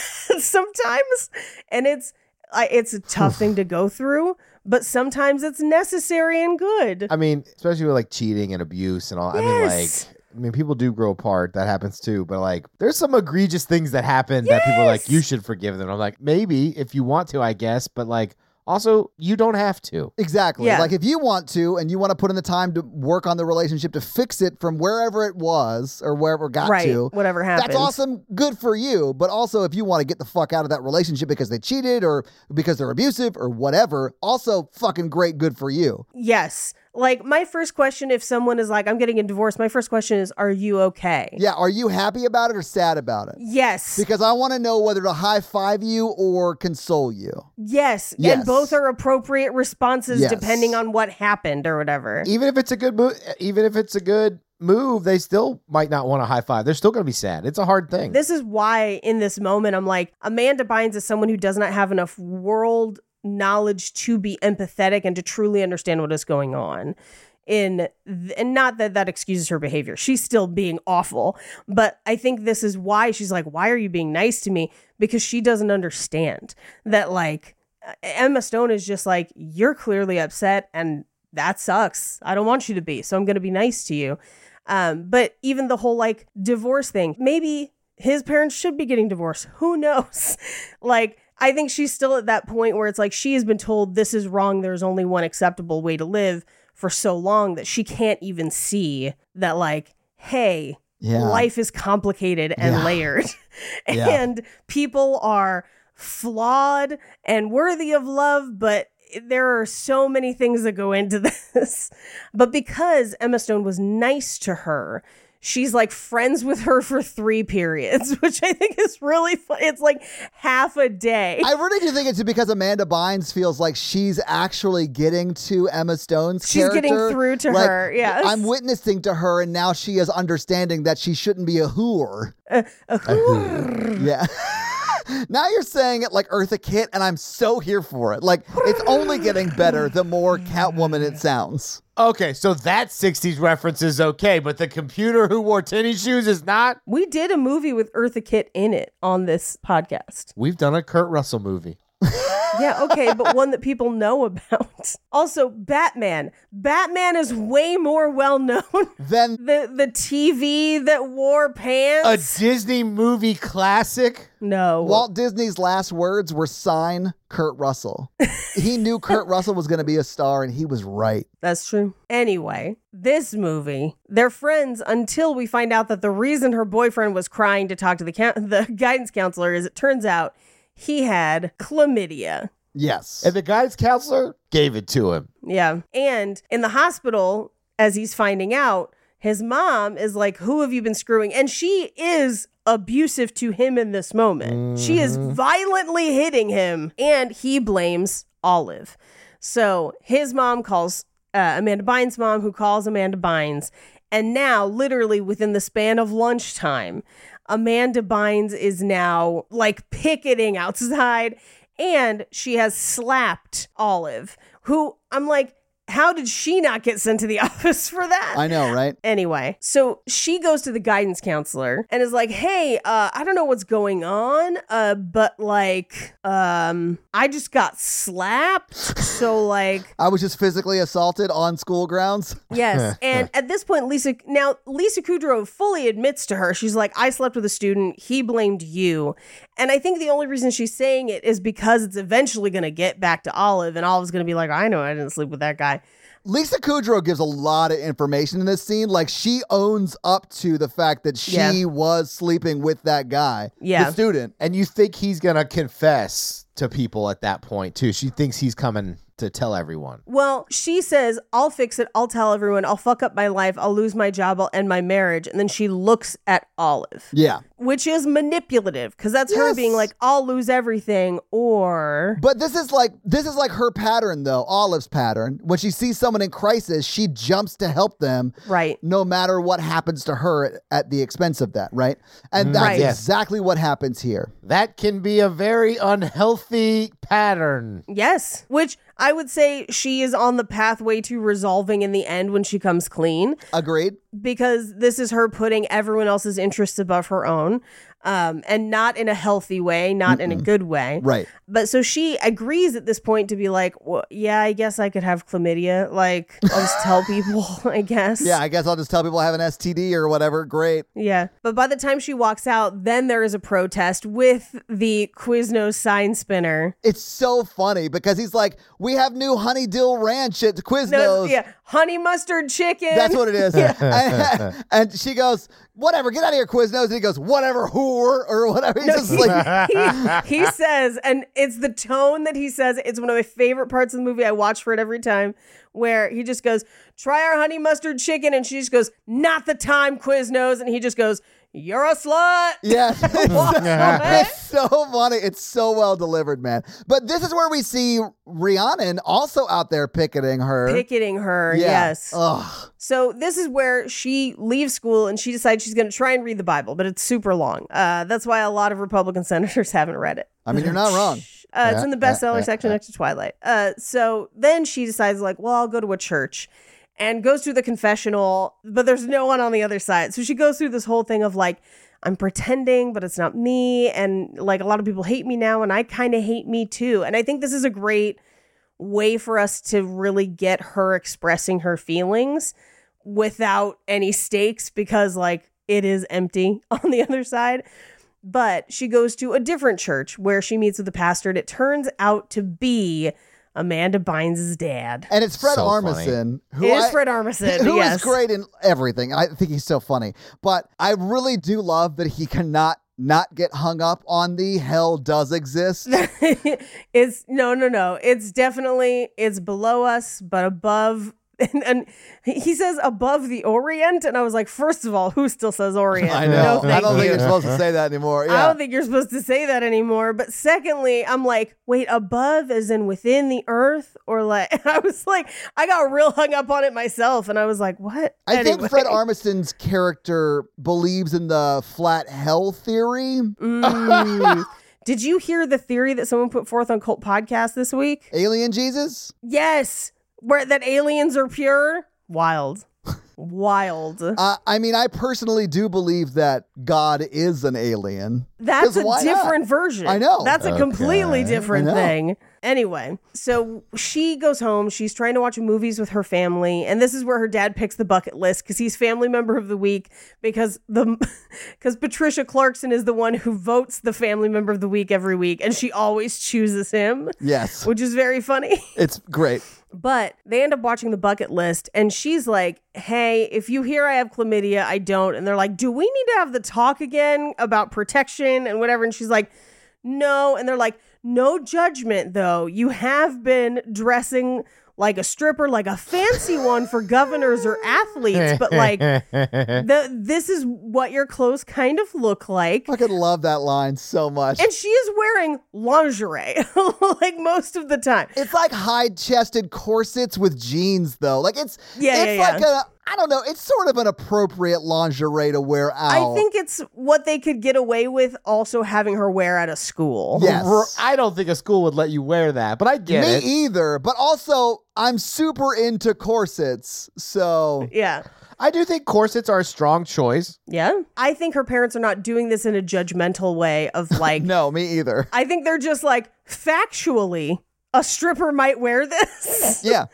sometimes. And it's, I, it's a tough thing to go through, but sometimes it's necessary and good.
I mean, especially with like cheating and abuse and all. I mean,
Yes.
like, I mean, people do grow apart. That happens too. But like, there's some egregious things that happen that people are like,
Yes.
you should forgive them. I'm like, maybe if you want to, I guess. But like, also, you don't have to.
Exactly.
Yeah.
Like if you want to and you want to put in the time to work on the relationship to fix it from wherever it was or wherever it got
right.
to.
Whatever happens.
That's awesome. Good for you. But also, if you want to get the fuck out of that relationship because they cheated or because they're abusive or whatever, also fucking great. Good for you.
Yes. Like, my first question, if someone is like, I'm getting a divorce, my first question is, are you okay?
Yeah. Are you happy about it or sad about it?
Yes.
Because I want to know whether to high five you or console you.
Yes,
Yes.
and both are appropriate responses
Yes.
depending on what happened or whatever.
Even if it's a good move, even if it's a good move, they still might not want a high five. They're still going to be sad. It's a hard thing.
This is why in this moment I'm like Amanda Bynes is someone who does not have enough world knowledge to be empathetic and to truly understand what is going on. In th- and not that that excuses her behavior. She's still being awful, but I think this is why she's like, "Why are you being nice to me?" Because she doesn't understand that like E-, Emma Stone is just like, you're clearly upset and that sucks. I don't want you to be. So I'm going to be nice to you. Um, but even the whole like divorce thing, maybe his parents should be getting divorced. <laughs> Who knows? like, I think she's still at that point where it's like she has been told this is wrong. There's only one acceptable way to live for so long that she can't even see that, like, hey,
Yeah.
life is complicated and
Yeah.
layered
<laughs> Yeah.
and people are flawed and worthy of love but there are so many things that go into <laughs> this but because emma stone was nice to her she's like friends with her for three periods <laughs> which i think is really fun it's like half a day
I really do think it's because Amanda Bynes feels like she's actually getting to Emma Stone's
She's
character.
getting through to
Like,
her, yes.
I'm witnessing to her, and now she is understanding that she shouldn't be a whore. yeah. <laughs> now you're saying it like Eartha Kitt, and I'm so here for it. Like, it's only getting better the more Catwoman it sounds.
okay, so that '60s reference is okay, but the computer who wore tennis shoes is not.
we did a movie with Eartha Kitt in it on this podcast.
We've done a Kurt Russell movie.
Yeah, okay, but one that people know about. <laughs> Also, Batman. Batman is way more well known <laughs>
Then,
the the TV that wore
A
pants.
Disney movie classic.
no,
Walt Disney's last words were sign Kurt Russell. he knew Kurt Russell was going to be a star, and he was right.
that's true. Anyway, this movie, they're friends until we find out that the reason her boyfriend was crying to talk to the coun <laughs> the guidance counselor is it turns out he had chlamydia.
Yes.
And the guidance counselor gave it to him.
Yeah. And in the hospital, as he's finding out, his mom is like, Who have you been screwing? And she is abusive to him in this moment. She is violently hitting him, and he blames Olive. So his mom calls uh, Amanda Bynes' mom, who calls Amanda Bynes. And now, literally within the span of lunchtime, Amanda Bynes is now like picketing outside and she has slapped Olive, who I'm like, How did she not get sent to the <laughs> office for that?
I know, right?
Anyway, so she goes to the guidance counselor and is like, "Hey, uh, I don't know what's going on, uh, but like, um, I just got slapped. So like,
<laughs> I was just physically assaulted on school grounds.
Yes. and at this point, Lisa, now Lisa Kudrow fully admits to her, she's like, I slept with a student. He blamed you. And I think the only reason she's saying it is because it's eventually going to get back to Olive, and Olive's going to be like, I know I didn't sleep with that guy.
Lisa Kudrow gives a lot of information in this scene. Like she owns up to the fact that she
Yeah.
was sleeping with that guy,
Yeah.
the student.
And you think he's gonna confess to people at that point too. She thinks he's coming to tell everyone.
Well, she says, I'll fix it. I'll tell everyone. I'll fuck up my life. I'll lose my job. I'll end my marriage. And then she looks at Olive,
Yeah.
which is manipulative because that's her
Yes.
being like, I'll lose everything or.
But this is like this is like her pattern though, Olive's pattern. When she sees someone in crisis, she jumps to help them
Right.
no matter what happens to her at, at the expense of that, right? And that's
Right. Yes.
exactly what happens here.
That can be a very unhealthy pattern.
Yes, which I would say she is on the pathway to resolving in the end when she comes clean
Agreed?
because this is her putting everyone else's interests above her own um, and not in a healthy way, not in a good way.
Right.
But so she agrees at this point to be like, well, yeah, I guess I could have chlamydia. Like, I'll just tell people, <laughs> I guess.
Yeah, I guess I'll just tell people I have an STD or whatever. Great.
Yeah. But by the time she walks out, then there is a protest with the Quiznos sign spinner.
It's so funny because he's like, "We have new Honey Dill Ranch at Quiznos."
No, yeah. Honey mustard chicken. <laughs>
That's what it is. <laughs> and, and she goes, whatever, get out of here, Quiznos. And he goes, whatever, whore, or whatever. He's
<laughs>
just like,
he, he says, and it's the tone that he says. It's one of my favorite parts of the movie. I watch for it every time, where he just goes, "Try our honey mustard chicken," and she just goes, "Not the time, Quiznos," and he just goes, "You're a slut."
yeah.
<laughs> Walks away.
<laughs> It's so funny. It's so well delivered, man. But this is where we see Rhiannon also out there picketing her.
Picketing her,
Yeah.
yes.
Ugh.
So this is where she leaves school and she decides she's going to try and read the Bible, but it's super long. Uh, that's why a lot of Republican <laughs> senators haven't read it.
I mean, you're not wrong.
Uh, it's in the bestseller section next to Twilight. Uh, so then she decides, like, well, I'll go to a church and goes through the confessional, but there's no one on the other side. So she goes through this whole thing of like, I'm pretending, but it's not me. And like, a lot of people hate me now, and I kind of hate me too. And I think this is a great way for us to really get her expressing her feelings without any stakes because, like, it is empty <laughs> on the other side but she goes to a different church where she meets with the pastor, and it turns out to be Amanda Bynes' dad.
And it's Fred
So
Armisen, who
It is
I- <laughs>
Fred Armisen.
Who is
yes.
great in everything. I think he's so funny. But I really do love that he cannot not get hung up on the hell does exist.
<laughs> <laughs> it's no, no, no. It's definitely it's below us, but above. <laughs> And, and he says above the Orient, and I was like, first of all, who still says Orient?
I
No,
know. I
thank
don't
you.
think you're supposed to say that anymore. Yeah.
I don't think you're supposed to say that anymore. But secondly, I'm like, wait, above as in within the earth, or like <laughs> I was like, I got real hung up on it myself, and I was like, what?
I
Anyway. <laughs>
think Fred Armisen's character believes in the flat hell theory.
Mm. Did you hear the theory that someone put forth on Cult Podcast this week?
Alien Jesus?
Yes, where that aliens are pure.
<laughs>
Wild, wild.
Uh, I mean, I personally do believe that God is an alien.
That's
'Cause
a
why not?
different version.
I know.
That's a completely
Okay.
different
I know.
thing. Anyway, so she goes home. She's trying to watch movies with her family, and this is where her dad picks the bucket list because he's family member of the week because the <laughs> because Patricia Clarkson is the one who votes the family member of the week every week, and she always chooses him,
Yes.
which is very funny. <laughs>
It's great.
But they end up watching the bucket list, and she's like, Hey, if you hear I have chlamydia, I don't. And they're like, Do we need to have the talk again about protection and whatever? And she's like, No. And they're like, No judgment, though. You have been dressing like a stripper, like a fancy one for governors or athletes, but like, the, this is what your clothes kind of look like.
Fucking love that line so much.
And she is wearing lingerie, <laughs> like most of the time.
It's like high chested corsets with jeans, though. Like it's
Yeah,
it's
yeah,
like
yeah.
a I don't know. It's sort of an appropriate lingerie to wear out.
I think it's what they could get away with also having her wear at a school.
Yes.
R- I don't think a school would let you wear that, but I get
me
it.
either, but also I'm super into corsets, so
Yeah.
I do think corsets are a strong choice.
Yeah. I think her parents are not doing this in a judgmental way of like
no, me either.
<laughs> I think they're just like factually a stripper might wear this.
Yeah,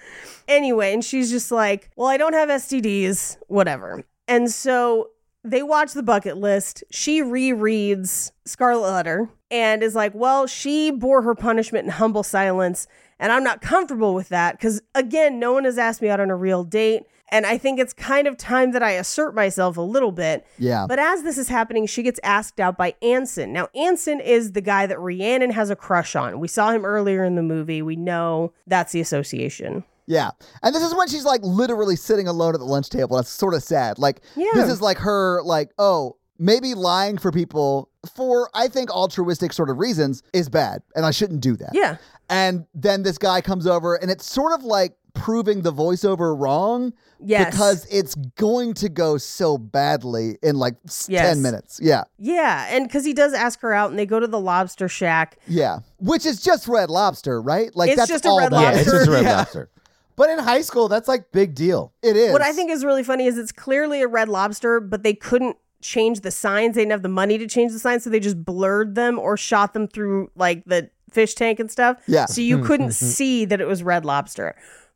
anyway, and she's just like, "Well, I don't have STDs, whatever." And so they watch the bucket list. She rereads Scarlet Letter and is like, "Well, she bore her punishment in humble silence, and I'm not comfortable with that cuz again, no one has asked me out on a real date, and I think it's kind of time that I assert myself a little bit."
yeah.
But as this is happening, she gets asked out by Anson. Now, Anson is the guy that Rhiannon has a crush on. We saw him earlier in the movie. We know that's the association.
Yeah. And this is when she's like literally sitting alone at the lunch table. That's sort of sad. Like
Yeah.
this is like her like, oh, maybe lying for people for I think altruistic sort of reasons is bad and I shouldn't do that.
Yeah.
And then this guy comes over and it's sort of like proving the voiceover wrong
Yes.
because it's going to go so badly in like s-
Yes.
10 minutes. Yeah.
yeah, and because he does ask her out, and they go to the Lobster Shack.
Yeah. Which is just red lobster, right? Like
It's
that's
just a
all
Red
that-
Yeah, it's just
Lobster.
red
<laughs> Yeah.
lobster. But in high school, that's like big deal.
It is.
What I think is really funny is it's clearly a Red Lobster, but they couldn't change the signs. They didn't have the money to change the signs, so they just blurred them or shot them through like the fish tank and stuff.
Yeah.
So you couldn't see that it was Red Lobster,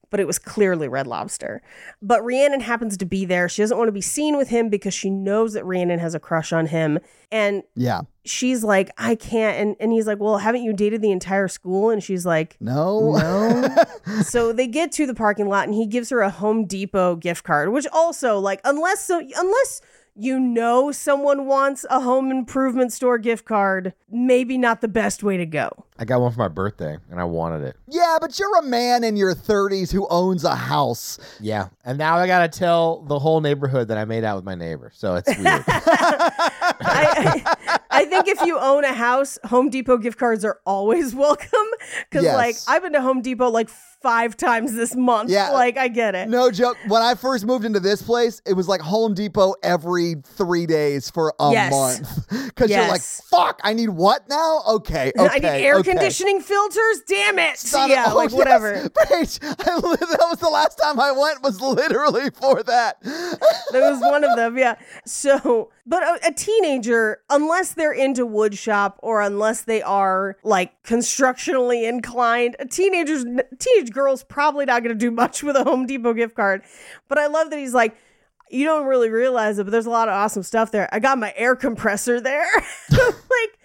but it was clearly Red Lobster. But Rhiannon happens to be there. She doesn't want to be seen with him because she knows that Rhiannon has a crush on him. And
Yeah.
she's like, I can't. And, and he's like, Well, haven't you dated the entire school? And she's like,
No. No.
so they get to the parking lot and he gives her a Home Depot gift card, which also like unless so unless you know someone wants a home improvement store gift card, maybe not the best way to go.
I got one for my birthday and I wanted it.
<laughs> Yeah, but you're a man in your 30s who owns a house.
Yeah. And now I got to tell the whole neighborhood that I made out with my neighbor. So it's weird.
I, I, I think if you own a house, Home Depot gift cards are always <laughs> welcome because
Yes.
like I've been to Home Depot like five times this month.
Yeah.
like I get it.
No joke. When I first moved into this place, it was like Home Depot every three days for a
Yes.
month. <laughs> Because you're like,
Yes.
fuck, I need what now? Okay. okay
I need air
okay.
conditioning filters. Damn it!
Son of-
yeah,
oh,
like
<laughs> yes,
whatever.
Paige, I li- <laughs> that was the last time I went, was literally for that.
That was one of them, yeah. So, but a, a teenager, unless they're into wood shop or unless they are like constructionally inclined, a teenager's teenage girl's probably not going to do much with a Home Depot gift card. But I love that he's like, you don't really realize it, but there's a lot of awesome stuff there. I got my air compressor there. <laughs> like,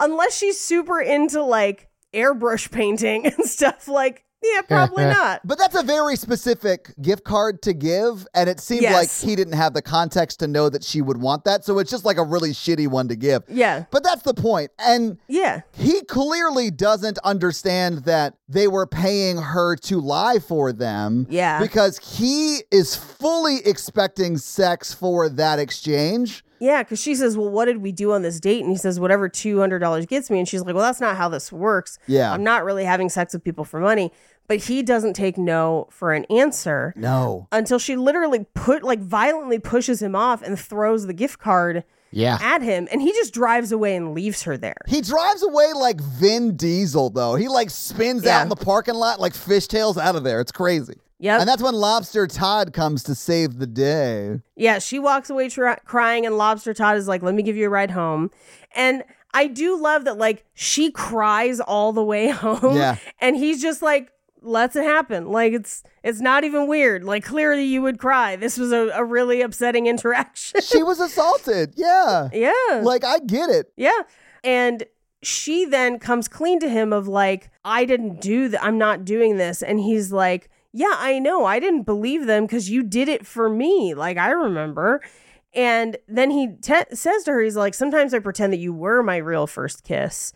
unless she's super into like airbrush painting <laughs> and stuff, like, yeah, probably not.
But that's a very specific gift card to give. And it seemed
Yes.
like he didn't have the context to know that she would want that. So it's just like a really shitty one to give.
Yeah.
But that's the point. And
Yeah.
he clearly doesn't understand that they were paying her to lie for them.
Yeah.
Because he is fully expecting sex for that exchange.
Yeah, because she says, Well, what did we do on this date? And he says, Whatever $200 gets me. And she's like, Well, that's not how this works.
Yeah.
I'm not really having sex with people for money. But he doesn't take no for an answer
No.
until she literally put, like, violently pushes him off and throws the gift card
yeah.
at him. And he just drives away and leaves her there.
He drives away like Vin Diesel, though. He like spins
Yeah.
out in the parking lot, like fishtails out of there. It's crazy.
Yep.
And that's when Lobster Todd comes to save the day.
Yeah, she walks away tr- crying, and Lobster Todd is like, "Let me give you a ride home." And I do love that, like, she cries all the way <laughs> home,
Yeah.
and he's just like, "Let's it happen." Like, it's it's not even weird. Like, clearly you would cry. This was a, a really upsetting <laughs> interaction.
she was assaulted.
<laughs>
Yeah.
yeah,
Like, I get it.
yeah, and she then comes clean to him of like, "I didn't do that. I'm not doing this," and he's like. Yeah, I know. I didn't believe them because you did it for me. Like, I remember. And then he te- says to her, he's like, Sometimes I pretend that you were my real first kiss.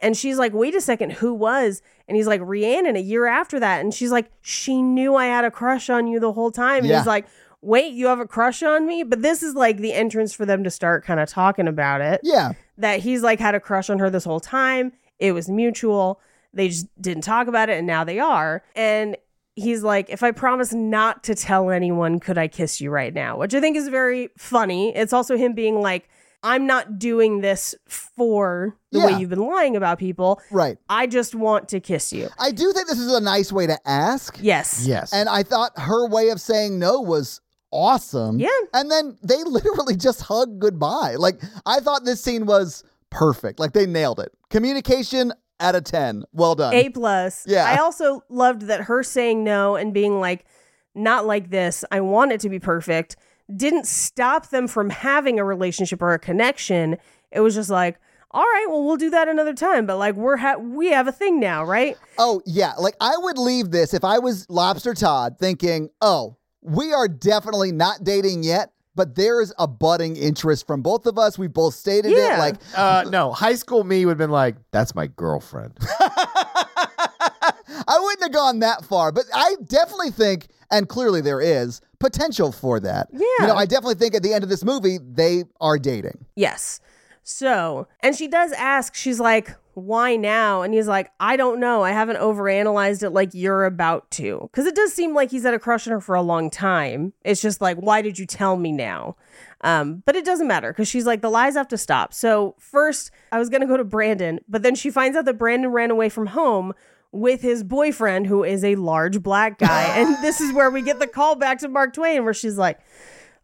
And she's like, Wait a second, who was? And he's like, Rhiannon a year after that. And she's like, She knew I had a crush on you the whole time. And
Yeah.
he's like, Wait, you have a crush on me? But this is like the entrance for them to start kind of talking about it.
Yeah.
That he's like had a crush on her this whole time. It was mutual. They just didn't talk about it. And now they are. And he's like, if I promise not to tell anyone, could I kiss you right now? Which I think is very funny. It's also him being like, I'm not doing this for the way
Yeah.
you've been lying about people.
Right.
I just want to kiss you.
I do think this is a nice way to ask.
Yes.
Yes.
And I thought her way of saying no was awesome.
Yeah.
And then they <laughs> literally just hug goodbye. Like I thought this scene was perfect. Like they nailed it. Communication out of 10. Well done.
A plus.
Yeah.
I also loved that her saying no and being like, not like this. I want it to be perfect. Didn't stop them from having a relationship or a connection. It was just like, all right, well, we'll do that another time. But like, we're ha- we have a thing now, right?
Oh, yeah. Like, I would leave this if I was Lobster Todd thinking, oh, we are definitely not dating yet, but there is a budding interest from both of us. We both stated
Yeah.
it. Like,
uh, no, high school me would have been like, that's my girlfriend. <laughs>
<laughs> I wouldn't have gone that far, but I definitely think, and clearly there is potential for that. Yeah. You know, I definitely think at the end of this movie, they are dating.
Yes. So, and she does ask, she's like, why now? And he's like, I don't know. I haven't overanalyzed it like you're about to. Because it does seem like he's had a crush on her for a long time. It's just like, why did you tell me now? Um, but it doesn't matter because she's like, the lies have to stop. So, first, I was going to go to Brandon, but then she finds out that Brandon ran away from home with his boyfriend, who is a large black guy. and this is where we get the call back to Mark Twain, where she's like,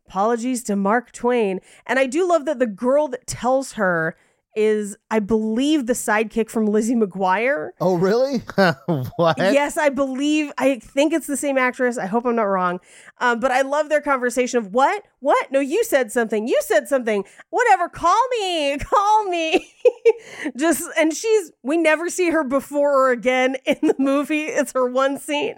apologies to Mark Twain. And I do love that the girl that tells her is, I believe, the sidekick from Lizzie McGuire.
Oh,
<laughs>
really?
Uh,
what?
Yes, I believe. I think it's the same actress. I hope I'm not wrong. Um, but I love their conversation of what? What? No, you said something. You said something. Whatever. Call me. <laughs> Call me. Just, and she's, we never see her before or again in the movie. It's her one scene.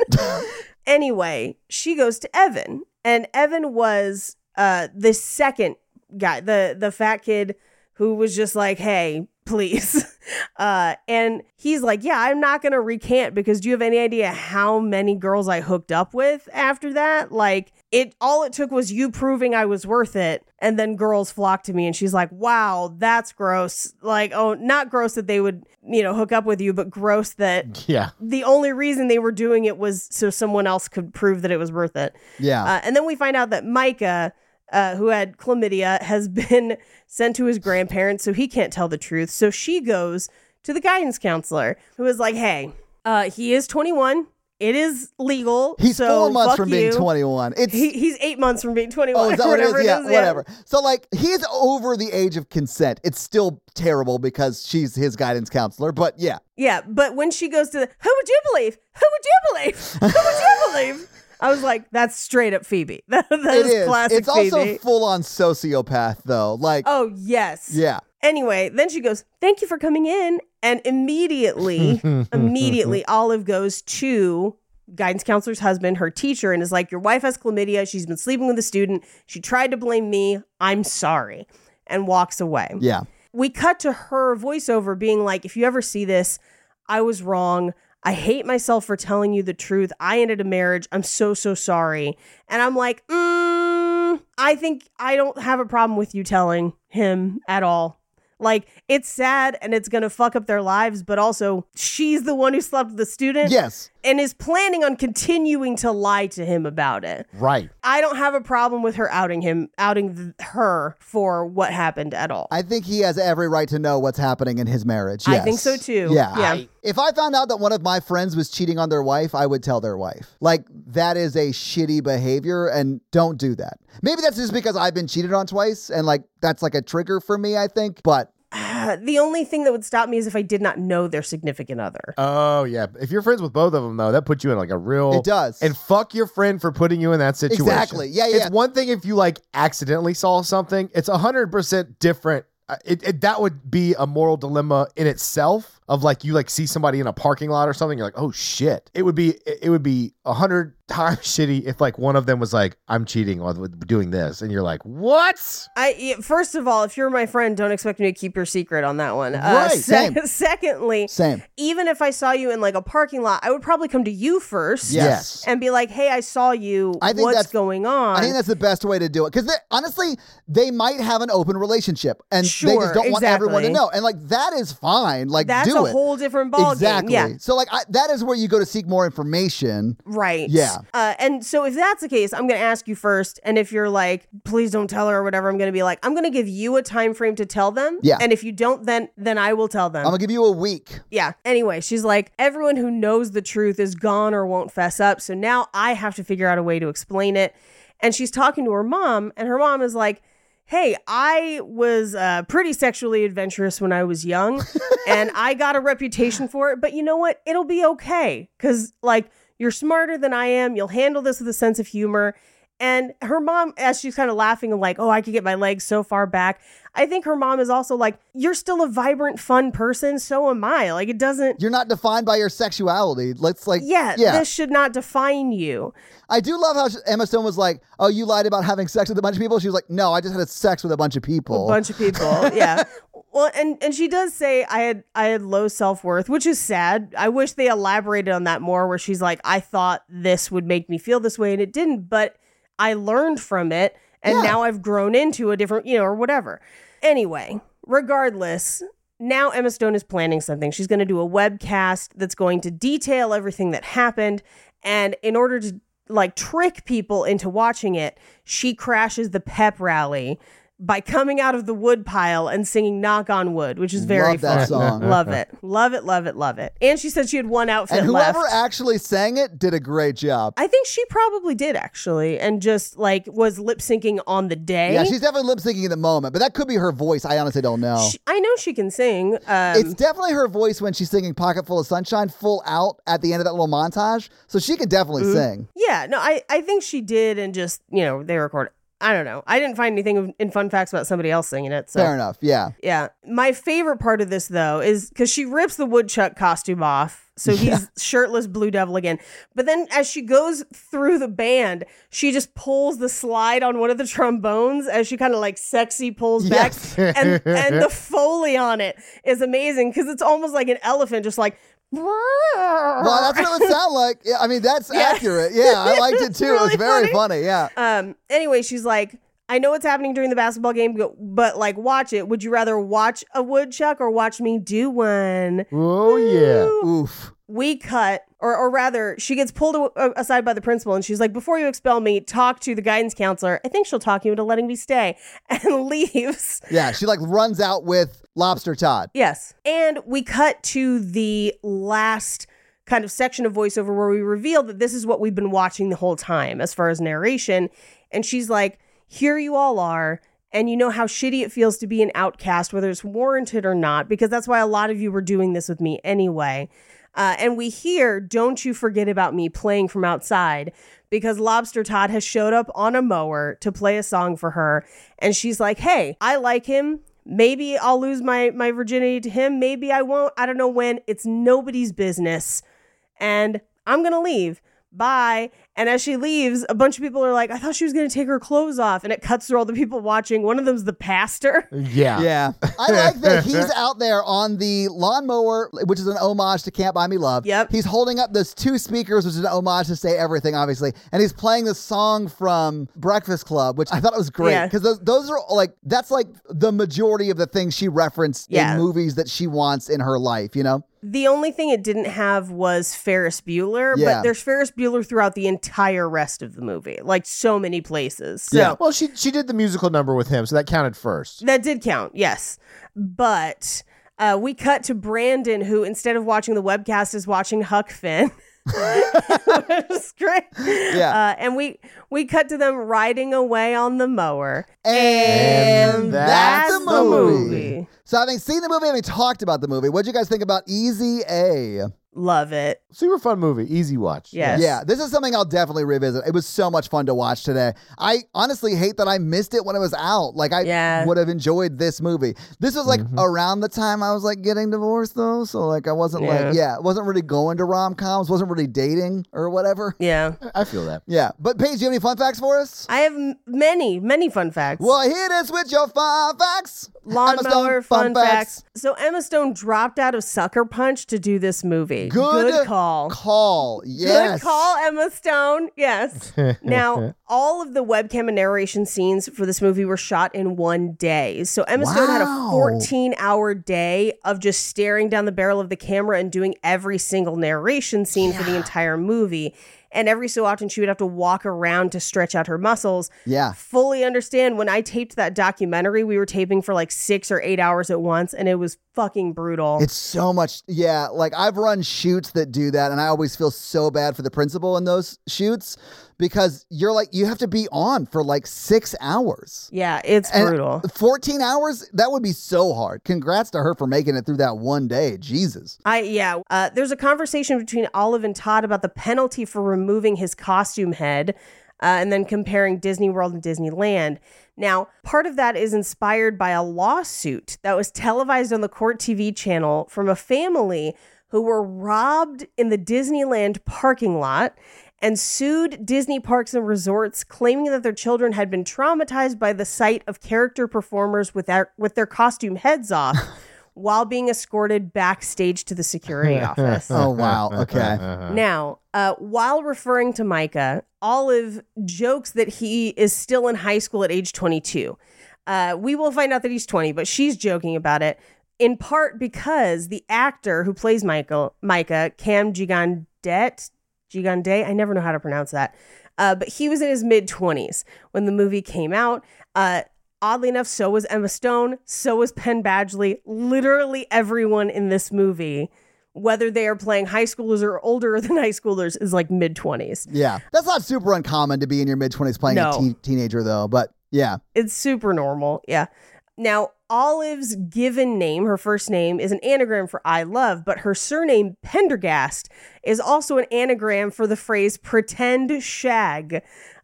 anyway, she goes to Evan, and Evan was uh, the second guy, the the fat kid who was just like, "Hey, please," <laughs> uh, and he's like, "Yeah, I'm not gonna recant because do you have any idea how many girls I hooked up with after that? Like, it all it took was you proving I was worth it, and then girls flocked to me." And she's like, "Wow, that's gross. Like, oh, not gross that they would." You know, hook up with you, but gross that
Yeah.
the only reason they were doing it was so someone else could prove that it was worth it.
Yeah.
Uh, and then we find out that Micah, uh, who had chlamydia, has <laughs> been sent to his grandparents, so he can't tell the truth. So she goes to the guidance counselor, who is like, "Hey, uh, he is 21. It is legal.
He's
so
four months
fuck
from
you."
being 21. It's.
He, he's eight months from being 21.
Oh, is that what it is?
whatever
Yeah, whatever. So, like, he's over the age of consent. It's still terrible because she's his guidance counselor, but yeah.
Yeah, but when she goes to the, who would you believe? Who would you believe? Who would you believe? I was like, that's straight up Phoebe. <laughs> That, that is,
It is.
classic
It's also
Phoebe.
full on sociopath, though. Like,
oh, yes.
yeah.
Anyway, then she goes, Thank you for coming in. And immediately, immediately, Olive goes to guidance counselor's husband, her teacher, and is like, Your wife has chlamydia. She's been sleeping with a student. She tried to blame me. I'm sorry. And walks away
Yeah.
<laughs> we cut to her voiceover being like, if you ever see this, I was wrong. I hate myself for telling you the truth. I ended a marriage. I'm so, so sorry. And I'm like, mm, I think I don't have a problem with you telling him at all. Like, it's sad and it's going to fuck up their lives, but also she's the one who slept with the student
Yes.
and is planning on continuing to lie to him about it.
Right.
I don't have a problem with her outing him, outing th- her for what happened at all.
I think he has every right to know what's happening in his marriage.
I
Yes.
think so, too.
Yeah.
Yeah.
if I found out that one of my friends was cheating on their wife, I would tell their wife. Like, that is a shitty behavior and don't do that. Maybe that's just because I've been cheated on twice and, like, that's like a trigger for me, I think. But
Uh, <sighs> the only thing that would stop me is if I did not know their significant other.
Oh yeah. If you're friends with both of them though, that puts you in like a real
It does.
And fuck your friend for putting you in that situation.
Exactly. Yeah, yeah.
It's one thing if you like accidentally saw something. It's hundred percent different. Uh, It, it, that would be a moral dilemma in itself of like you like see somebody in a parking lot or something you're like oh shit it would be it would be a hundred <laughs> times shitty if like one of them was like I'm cheating on doing this and you're like what
I yeah, first of all, if you're my friend, don't expect me to keep your secret on that one. Uh,
Right, same.
<laughs> Secondly,
same.
even if I saw you in like a parking lot, I would probably come to you first
Yes.
and be like, "Hey, I saw you.
I think
What's
that's-
going on?"
I think that's the best way to do it because honestly, they might have an open relationship and they
Sure,
just don't want everyone to
exactly.
know. And like that is fine. Like
That's
do
that's
do
a
it.
whole different ball
exactly.
game. Yeah.
So like I, that is where you go to seek more information.
Right.
Yeah.
Uh, and so if that's the case, I'm going to ask you first. And if you're like, please don't tell her or whatever, I'm going to be like, I'm going to give you a time frame to tell them.
Yeah.
And if you don't, then then I will tell them.
I'm gonna give you a week.
yeah. Anyway, she's like, everyone who knows the truth is gone or won't fess up. So now I have to figure out a way to explain it. And she's talking to her mom, and her mom is like. Hey, I was uh, pretty sexually adventurous when I was young, and I got a reputation for it. But you know what? It'll be okay because, like, you're smarter than I am. You'll handle this with a sense of humor. And her mom, as she's kind of laughing, like, oh, I could get my legs so far back. I think her mom is also like, you're still a vibrant, fun person. So am I. Like, it doesn't.
You're not defined by your sexuality. Let's like
Yeah,
yeah.
this should not define you.
I do love how she- Emma Stone was like, "Oh, you lied about having sex with a bunch of people." She was like, "No, I just had sex with a bunch of people."
A bunch of people.
<laughs>
yeah. Well, and and she does say I had I had low self worth, which is sad. I wish they elaborated on that more, where she's like, I thought this would make me feel this way, and it didn't, but I learned from it, and
Yeah.
now I've grown into a different, you know, or whatever. Anyway, regardless. Now Emma Stone is planning something. She's going to do a webcast that's going to detail everything that happened and in order to like trick people into watching it, she crashes the pep rally by coming out of the wood pile and singing "Knock on Wood," which is very
Love
fun.
that <laughs> song.
Love it, love it, love it, love it. And she said she had one outfit
and whoever
left.
actually sang it did a great job.
I think she probably did actually, and just like was lip syncing on the day.
Yeah, she's definitely lip syncing in the moment, but that could be her voice. I honestly don't know.
She- I know she can sing. Um,
it's definitely her voice when she's singing "Pocket Full of Sunshine" full out at the end of that little montage. So she can definitely
Mm-hmm.
sing.
Yeah, no, I, I think she did, and just you know they record. I don't know. I didn't find anything in fun facts about somebody else singing it. So
Fair enough.
<laughs>
Yeah.
Yeah. My favorite part of this though is because she rips the woodchuck costume off. So he's shirtless Blue Devil again. But then as she goes through the band, she just pulls the slide on one of the trombones as she kind of like sexy pulls
Yes.
back. And and the foley on it is amazing because it's almost like an elephant just like
Well, that's what it would sound like. Yeah, I mean, that's accurate. Yeah, I
<laughs>
liked it too. it was
really
very
funny.
funny. Yeah.
<laughs> Um. Anyway, she's like, I know what's happening during the basketball game, but- but like, watch it. Would you rather watch a woodchuck or watch me do one?
Oh yeah.
Oof.
we cut or, or rather she gets pulled a- aside by the principal and she's like before you expel me talk to the guidance counselor i think she'll talk you into letting me stay <laughs> and leaves
Yeah, she like runs out with Lobster Todd.
yes and we cut to the last kind of section of voiceover where we reveal that this is what we've been watching the whole time as far as narration and she's like here you all are and you know how shitty it feels to be an outcast whether it's warranted or not because that's why a lot of you were doing this with me anyway Uh, and we hear Don't You Forget About Me playing from outside because Lobster Todd has showed up on a mower to play a song for her. And she's like, Hey, I like him. Maybe I'll lose my, my virginity to him. Maybe I won't. I don't know when. It's nobody's business. And I'm going to leave. Bye. And as she leaves, a bunch of people are like, I thought she was going to take her clothes off. And it cuts through all the people watching. One of them's the pastor. <laughs>
Yeah.
Yeah. <laughs> I like that he's out there on the lawnmower, which is an homage to Can't Buy Me Love.
Yep.
He's holding up those two speakers, which is an homage to Say Everything, obviously. And he's playing the song from Breakfast Club, which I thought it was great.
Yeah.
Because those, those are like, that's like the majority of the things she referenced
Yeah.
in movies that she wants in her life, you know?
The only thing it didn't have was Ferris Bueller,
Yeah.
but there's Ferris Bueller throughout the entire rest of the movie, like so many places. So
Yeah. Well, she she did the musical number with him, so that counted first.
that did count, yes. But uh, we cut to Brandon, who instead of watching the webcast is watching Huck Finn. <laughs> It was great.
Yeah.
Uh, and we we cut to them riding away on the mower.
And,
that's the
movie.
So, having seen the movie, having talked about the movie, what do you guys think about Easy A?
Love it.
Super fun movie, easy watch.
Yes.
Yeah, this is something I'll definitely revisit. It was so much fun to watch today. I honestly hate that I missed it when it was out. Like I
Yeah.
would have enjoyed this movie. This was like around the time I was like getting divorced though, so like I wasn't like yeah, wasn't really going to rom coms, wasn't really dating or whatever. <laughs>
Yeah.
I- I feel that.
Yeah, but Paige, do you have any fun facts for us?
I have m- many, many fun facts.
Well, hit us with your fun facts. Emma Stone,
Lawnmower fun, facts. So Emma Stone dropped out of Sucker Punch to do this movie. Exactly.
Good,
call.
Call. Yes.
Good call, Emma Stone.
<laughs>
Yes. now, all of the webcam and narration scenes for this movie were shot in one day. So Emma Stone had a
Wow.
14 hour day of just staring down the barrel of the camera and doing every single narration scene for the entire movie. And every so often, she would have to walk around to stretch out her muscles.
Yeah.
Fully understand when I taped that documentary, we were taping for like six or eight hours at once, and it was fucking brutal.
It's so much. Yeah. Like I've run shoots that do that, and I always feel so bad for the principal in those shoots because you're like, you have to be on for like six hours.
yeah, it's
And
brutal.
14 hours? That would be so hard. Congrats to her for making it through that one day. Jesus.
I yeah. Uh, there's a conversation between Olive and Todd about the penalty for removing his costume head, uh, and then comparing Disney World and Disneyland. Now, part of that is inspired by a lawsuit that was televised on the court TV channel from a family who were robbed in the Disneyland parking lot and sued Disney Parks and Resorts, claiming that their children had been traumatized by the sight of character performers with their, with their costume heads off while being escorted backstage to the
<laughs>
security office.
Uh-huh.
Oh, wow. Okay.
Now, uh, while referring to Micah, Olive jokes that he is still in high school at age 22. Uh, we will find out that he's 20, but she's joking about it in part because the actor who plays Michael, Micah, Cam Gigandet, Gigande, I never know how to pronounce that, uh, but he was in his mid 20s when the movie came out. Uh, Oddly enough, so was Emma Stone, so was Penn Badgley. Literally everyone in this movie whether they are playing high schoolers or older than high schoolers is like mid 20s.
Yeah. That's not super uncommon to be in your mid 20s playing a
No.
teen- teenager, though. But yeah.
It's super normal. Yeah. Now, Olive's given name, her first name, is an anagram for I love, but her surname, Pendergast, is also an anagram for the phrase pretend shag,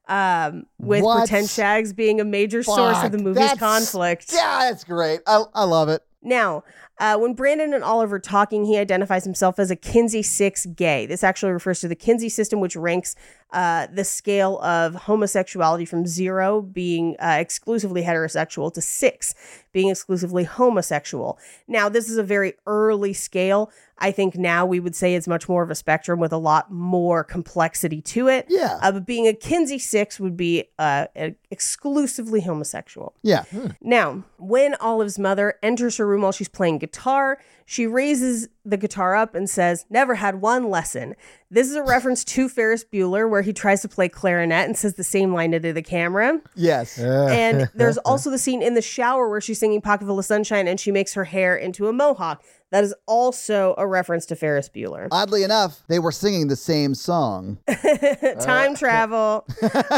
um, with
What?
pretend shags being a major source
Fuck,
of the movie's
that's-
conflict.
Yeah, that's great. I, I love it.
Now, uh, when Brandon and Oliver are talking, he identifies himself as a Kinsey 6 gay. This actually refers to the Kinsey system, which ranks uh, the scale of homosexuality from zero, being uh, exclusively heterosexual, to six, being exclusively homosexual. Now, this is a very early scale. I think now we would say it's much more of a spectrum with a lot more complexity to it.
Yeah.
Uh, but being a Kinsey 6 would be uh, e- exclusively homosexual.
Yeah.
Now, when Olive's mother enters her room while she's playing guitar, she raises the guitar up and says, Never had one lesson. This is a reference to Ferris Bueller, where he tries to play clarinet and says the same line into the camera.
Yes.
And there's also the scene in the shower where she's singing Pocket Full of Sunshine and she makes her hair into a mohawk. That is also a reference to Ferris Bueller.
Oddly enough, they were singing the same song.
time travel.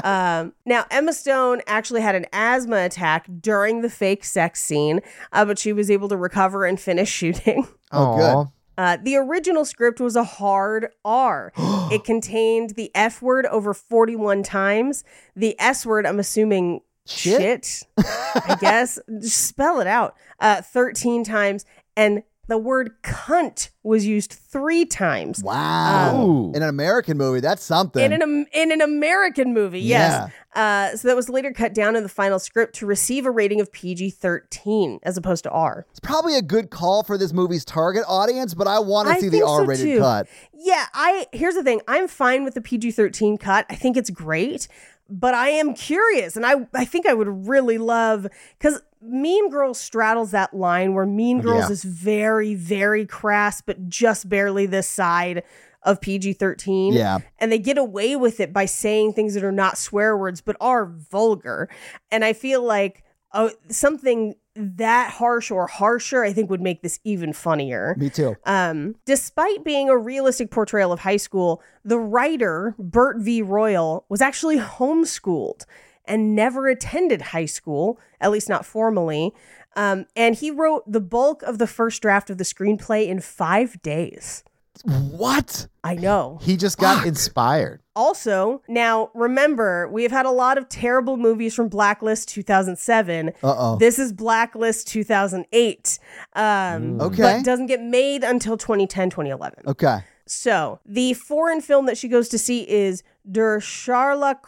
um, now, Emma Stone actually had an asthma attack during the fake sex scene, uh, but she was able to recover and finish <laughs> shooting.
Oh, good.
Aw.
Uh, the original script was a hard R. it contained the F word over 41 times. The S word, I'm assuming
Shit.
shit, I guess. Just spell it out uh, 13 times. And the word cunt was used three times.
Wow.
Ooh.
Um, In an American movie, that's something.
In an Am- in an American movie,
Yeah.
yes. Uh, so that was later cut down in the final script to receive a rating of PG thirteen as opposed to R.
it's probably a good call for this movie's target audience, but I want to
I
see the
think so,
R rated
too.
cut.
Yeah, I here's the thing. I'm fine with the PG thirteen cut. I think it's great, but I am curious, and I I think I would really love because Mean Girls straddles that line where Mean Girls
Oh, Yeah.
is very very crass, but just barely this side of PG thirteen.
Yeah.
and they get away with it by saying things that are not swear words but are vulgar and i feel like oh, something that harsh or harsher i think would make this even funnier
Me too.
um, despite being a realistic portrayal of high school the writer bert v royal was actually homeschooled and never attended high school at least not formally um, and he wrote the bulk of the first draft of the screenplay in five days
What?
i know
He just got inspired.
also, now remember, we have had a lot of terrible movies from Blacklist 2007.
Uh oh.
This is Blacklist 2008. Um,
Okay.
But doesn't get made until 2010, 2011.
Okay.
So the foreign film that she goes to see is Der Charlotte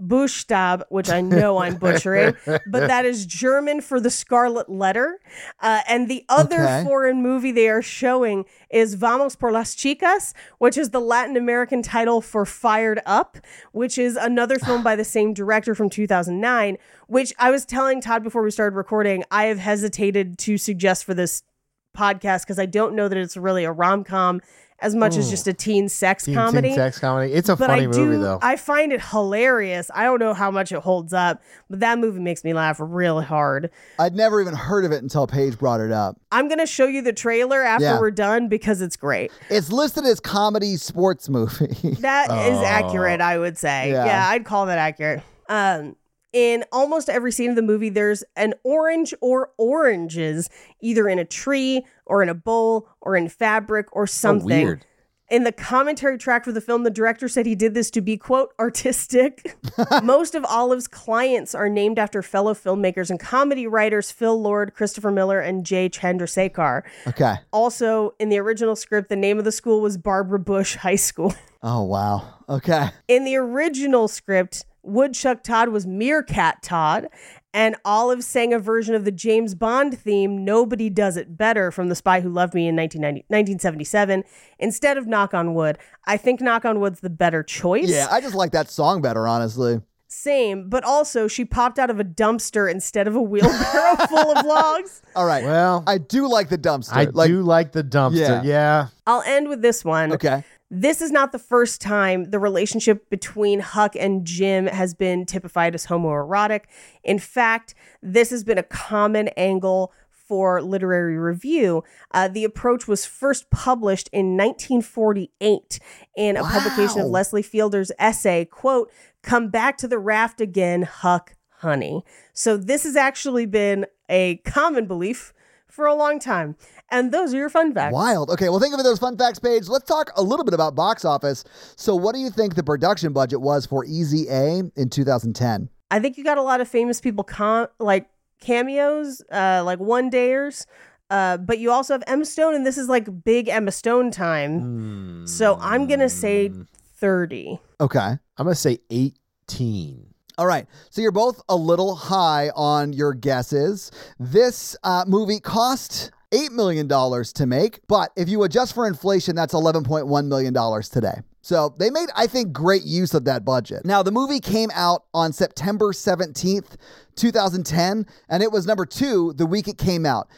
Buchstab, which I know I'm butchering, but that is German for the Scarlet Letter. Uh, and the other
Okay.
foreign movie they are showing is Vamos por las Chicas, which is the Latin American title for Fired Up, which is another film by the same director from 2009, which I was telling Todd before we started recording, I have hesitated to suggest for this podcast because I don't know that it's really a rom com as much as just a teen sex
Teen, teen
comedy
sex comedy. It's a funny
I
movie though.
I find it hilarious. I don't know how much it holds up, but that movie makes me laugh real hard.
I'd never even heard of it until Paige brought it up.
I'm gonna show you the trailer after
Yeah.
we're done because it's great.
It's listed as comedy sports movie. <laughs>
That is accurate, I would say.
Yeah.
Yeah. I'd call that accurate. Um, in almost every scene of the movie, there's an orange or oranges, either in a tree or in a bowl or in fabric or something.
weird.
In the commentary track for the film, the director said he did this to be, quote, artistic. Most of Olive's clients are named after fellow filmmakers and comedy writers Phil Lord, Christopher Miller, and Jay Chandrasekhar.
okay.
Also, in the original script, the name of the school was Barbara Bush High School.
Oh wow. Okay.
In the original script, Woodchuck Todd was Meerkat Todd, and Olive sang a version of the James Bond theme, Nobody Does It Better, from The Spy Who Loved Me in 1990 1977, instead of Knock on Wood. I think Knock on Wood's the better choice.
Yeah, I just like that song better, honestly.
Same, but also she popped out of a dumpster instead of a wheelbarrow <laughs> full of logs.
All right.
Well, I,
I do like the dumpster. like,
do like the dumpster.
Yeah.
Yeah.
I'll end with this one.
Okay.
This is not the first time the relationship between Huck and Jim has been typified as homoerotic. In fact, this has been a common angle for literary review. Uh, the approach was first published in 1948 in a publication of
Wow.
Leslie Fielder's essay, quote, Come Back to the Raft Again, Huck, Honey. So this has actually been a common belief for a long time. And those are your fun facts.
Wild. Okay, well, think of it as fun facts page. Let's talk a little bit about box office. So, what do you think the production budget was for Easy A in 2010?
I think you got a lot of famous people com- like cameos, uh, like one dayers. Uh, but you also have Emma Stone, and this is like big Emma Stone time. Mm. So I'm gonna say
Hmm.
30.
Okay.
I'm gonna say 18.
All right. So, you're both a little high on your guesses. This uh, movie cost. $8 million to make, but if you adjust for inflation, that's $11.1 million today. So they made, I think, great use of that budget. Now, the movie came out on September 17th, 2010, and it was number two the week it came out.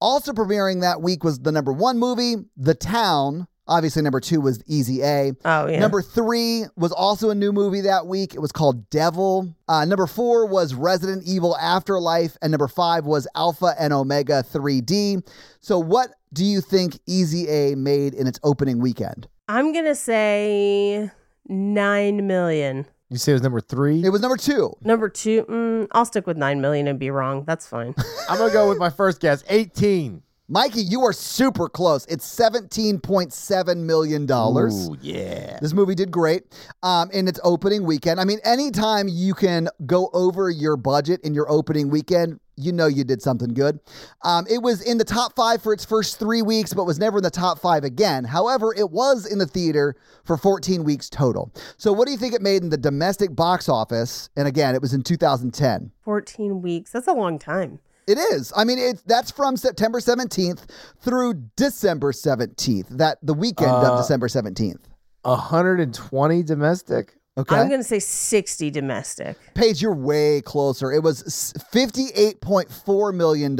Also premiering that week was the number one movie, The Town. Obviously, number two was Easy A.
Oh, yeah.
Number three was also a new movie that week. It was called Devil. Uh, number four was Resident Evil Afterlife. And number five was Alpha and Omega 3D. So, what do you think Easy A made in its opening weekend?
I'm gonna say nine million.
You say it was number three.
It was number two.
Number two, mm, I'll stick with nine million and be wrong. That's
<laughs>
fine.
I'm gonna go with my first guess. 18.
Mikey, you are super close. It's $17.7 million.
Ooh, yeah.
This movie did great um, in its opening weekend. I mean, anytime you can go over your budget in your opening weekend, you know you did something good. Um, it was in the top five for its first three weeks, but was never in the top five again. However, it was in the theater for 14 weeks total. So, what do you think it made in the domestic box office? And again, it was in 2010.
14 weeks. That's a long time.
It is. I mean, it, that's from September 17th through December 17th, that the weekend of December 17th.
120 domestic.
Okay.
I'm gonna say 60 domestic.
Paige, you're way closer. It was s- $58.4 million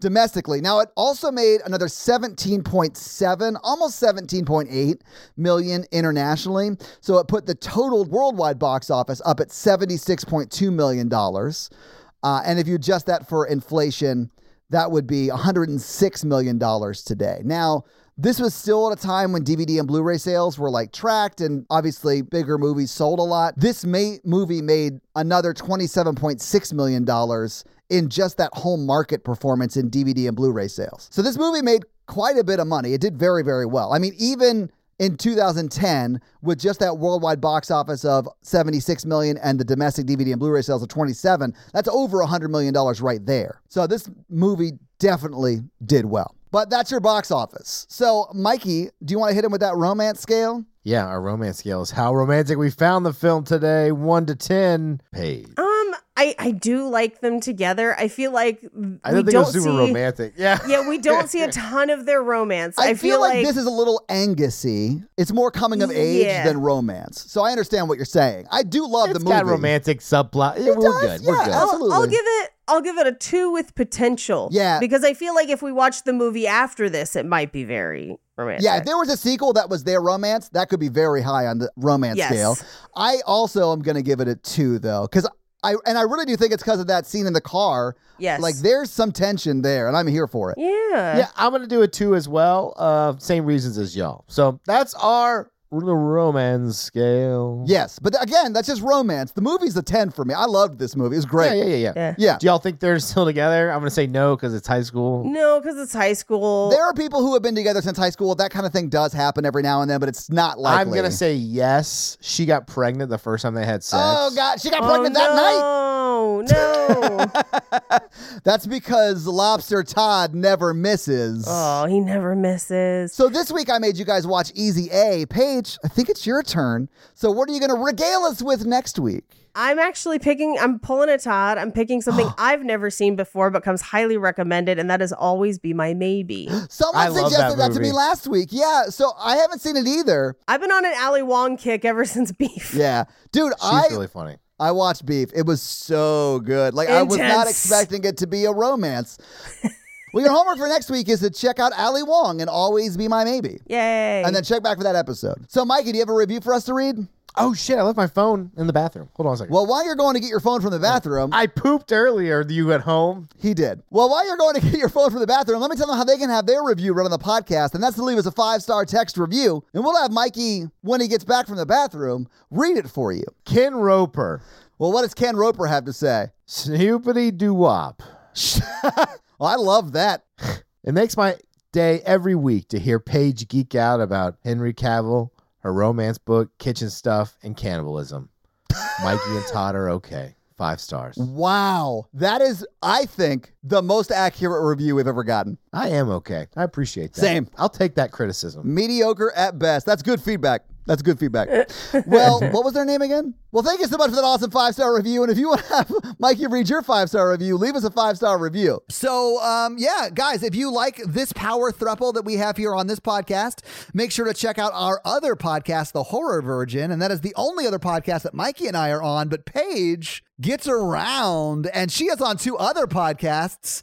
domestically. Now, it also made another 17.7, almost 17.8 million internationally. So it put the total worldwide box office up at $76.2 million. Uh, and if you adjust that for inflation, that would be $106 million today. Now, this was still at a time when DVD and Blu ray sales were like tracked, and obviously bigger movies sold a lot. This may- movie made another $27.6 million in just that home market performance in DVD and Blu ray sales. So this movie made quite a bit of money. It did very, very well. I mean, even in 2010 with just that worldwide box office of 76 million and the domestic DVD and Blu-ray sales of 27, that's over 100 million dollars right there. So this movie definitely did well. But that's your box office. So, Mikey, do you want to hit him with that romance scale?
Yeah, our romance scale is how romantic we found the film today, one to ten. Paige.
Um, I I do like them together. I feel like we
I don't think it
don't
was super
see
romantic. Yeah.
yeah we
<laughs>
don't
<laughs>
see a ton of their romance.
I, feel, like, this is a little Angusy. It's more coming of age
Yeah.
than romance. So I understand what you're saying. I do love
It's
the movie.
got romantic subplot. Yeah, we're
does,
good. We're
yeah.
good.
Oh,
I'll, I'll
absolutely.
give it I'll give it a two with potential.
Yeah.
because I feel like if we watch the movie after this, it might be very romantic.
Yeah, if there was a sequel that was their romance, that could be very high on the romance
Yes.
scale. I also am going to give it a two though, because I and I really do think it's because of that scene in the car.
yes,
Like there's some tension there, and I'm here for it.
yeah.
yeah, I'm gonna do a two as well. Uh, same reasons as y'all. So that's our r- romance scale.
Yes, but again, that's just romance. The movie's a ten for me. I loved this movie. It was great.
Yeah, yeah, yeah, yeah.
Yeah.
Yeah.
Do y'all think they're still together? I'm gonna say no because it's high school.
No, because it's high school.
There are people who have been together since high school. That kind of thing does happen every now and then, but it's not likely.
I'm gonna say yes. She got pregnant the first time they had sex.
Oh god, she got
Oh,
pregnant that night.
no, no.
<laughs> That's because Lobster Todd never misses.
oh, he never misses.
So this week I made you guys watch Easy A. Paige, I think it's your turn. So what are you going to regale us with next week?
I'm actually picking. I'm pulling a Todd. I'm picking
<gasps>
something I've never seen before, but comes highly recommended, and that is always be my
<gasps>
maybe.
Someone
I love
suggested
that
that, to me
movie.
last week. Yeah, so I haven't seen it either.
I've been on an Ali Wong kick ever <laughs> since Beef.
Yeah, dude,
She's
I
really funny.
I watched Beef. It was so good. Like I was not
Intense.
expecting it to be a romance. <laughs> well, your homework for next week is to check out Ali Wong and Always Be My Maybe,
Yay!
and then check back for that episode. So, Mikey, do you have a review for us to read?
Oh shit! I left my phone in the bathroom. Hold on a second.
Well, while you're going to get your phone from the bathroom,
I pooped earlier. You at home?
He did. Well, while you're going to get your phone from the bathroom, let me tell them how they can have their review read on the podcast, and that's to leave us a five star text review. And we'll have Mikey, when he gets back from the bathroom, read it for you.
Ken Roper,
Well, what does Ken Roper have to say? <laughs>
Snoopity Doo-Wop.
Well, I love that.
It makes my day every week to hear Paige geek out about Henry Cavill, her romance book, kitchen stuff, and
<laughs>
cannibalism. Mikey and Todd are okay. Five stars.
Mm. Wow. That is, I think, the most accurate review we've ever gotten.
I am okay. I appreciate that.
Same.
I'll take that criticism.
Mediocre at best. That's good feedback. That's good feedback. well, what was their name again? Well, thank you so much for that awesome five star review. And if you want to have <laughs> Mikey read your five star review, leave us a five star review. So, um, yeah, guys, if you like this power thruple that we have here on this podcast, make sure to check out our other podcast, The Horror Virgin. And that is the only other podcast that Mikey and I are on. But Paige gets around, and she is on two other podcasts.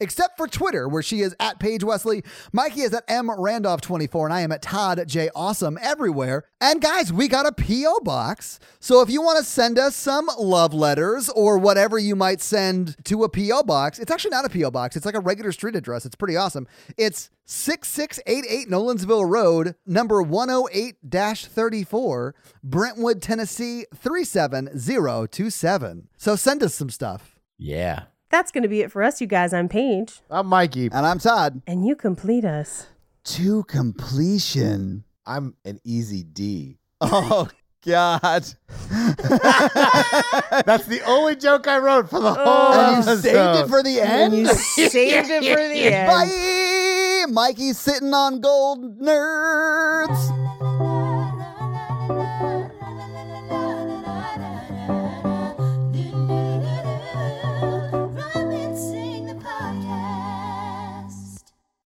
Except for Twitter, where she is at Paige Wesley. Mikey is at M Randolph24, and I am at Todd J Awesome everywhere. And guys, we got a P.O. box. So if you want to send us some love letters or whatever you might send to a P.O. box, it's actually not a P.O. box, it's like a regular street address. It's pretty awesome. It's 6688 Nolansville Road, number 108 34, Brentwood, Tennessee 37027. So send us some stuff.
Yeah.
That's going to be it for us, you guys. I'm Paige,
I'm Mikey.
And I'm Todd.
and you complete us.
To completion.
I'm an easy
<laughs>
D.
Oh God!
That's the only joke I wrote for the whole
<laughs> and you
episode.
saved it for the
And
<laughs> end.
you
<laughs>
saved it for the end.
Bye, Mikey's sitting on gold nerd.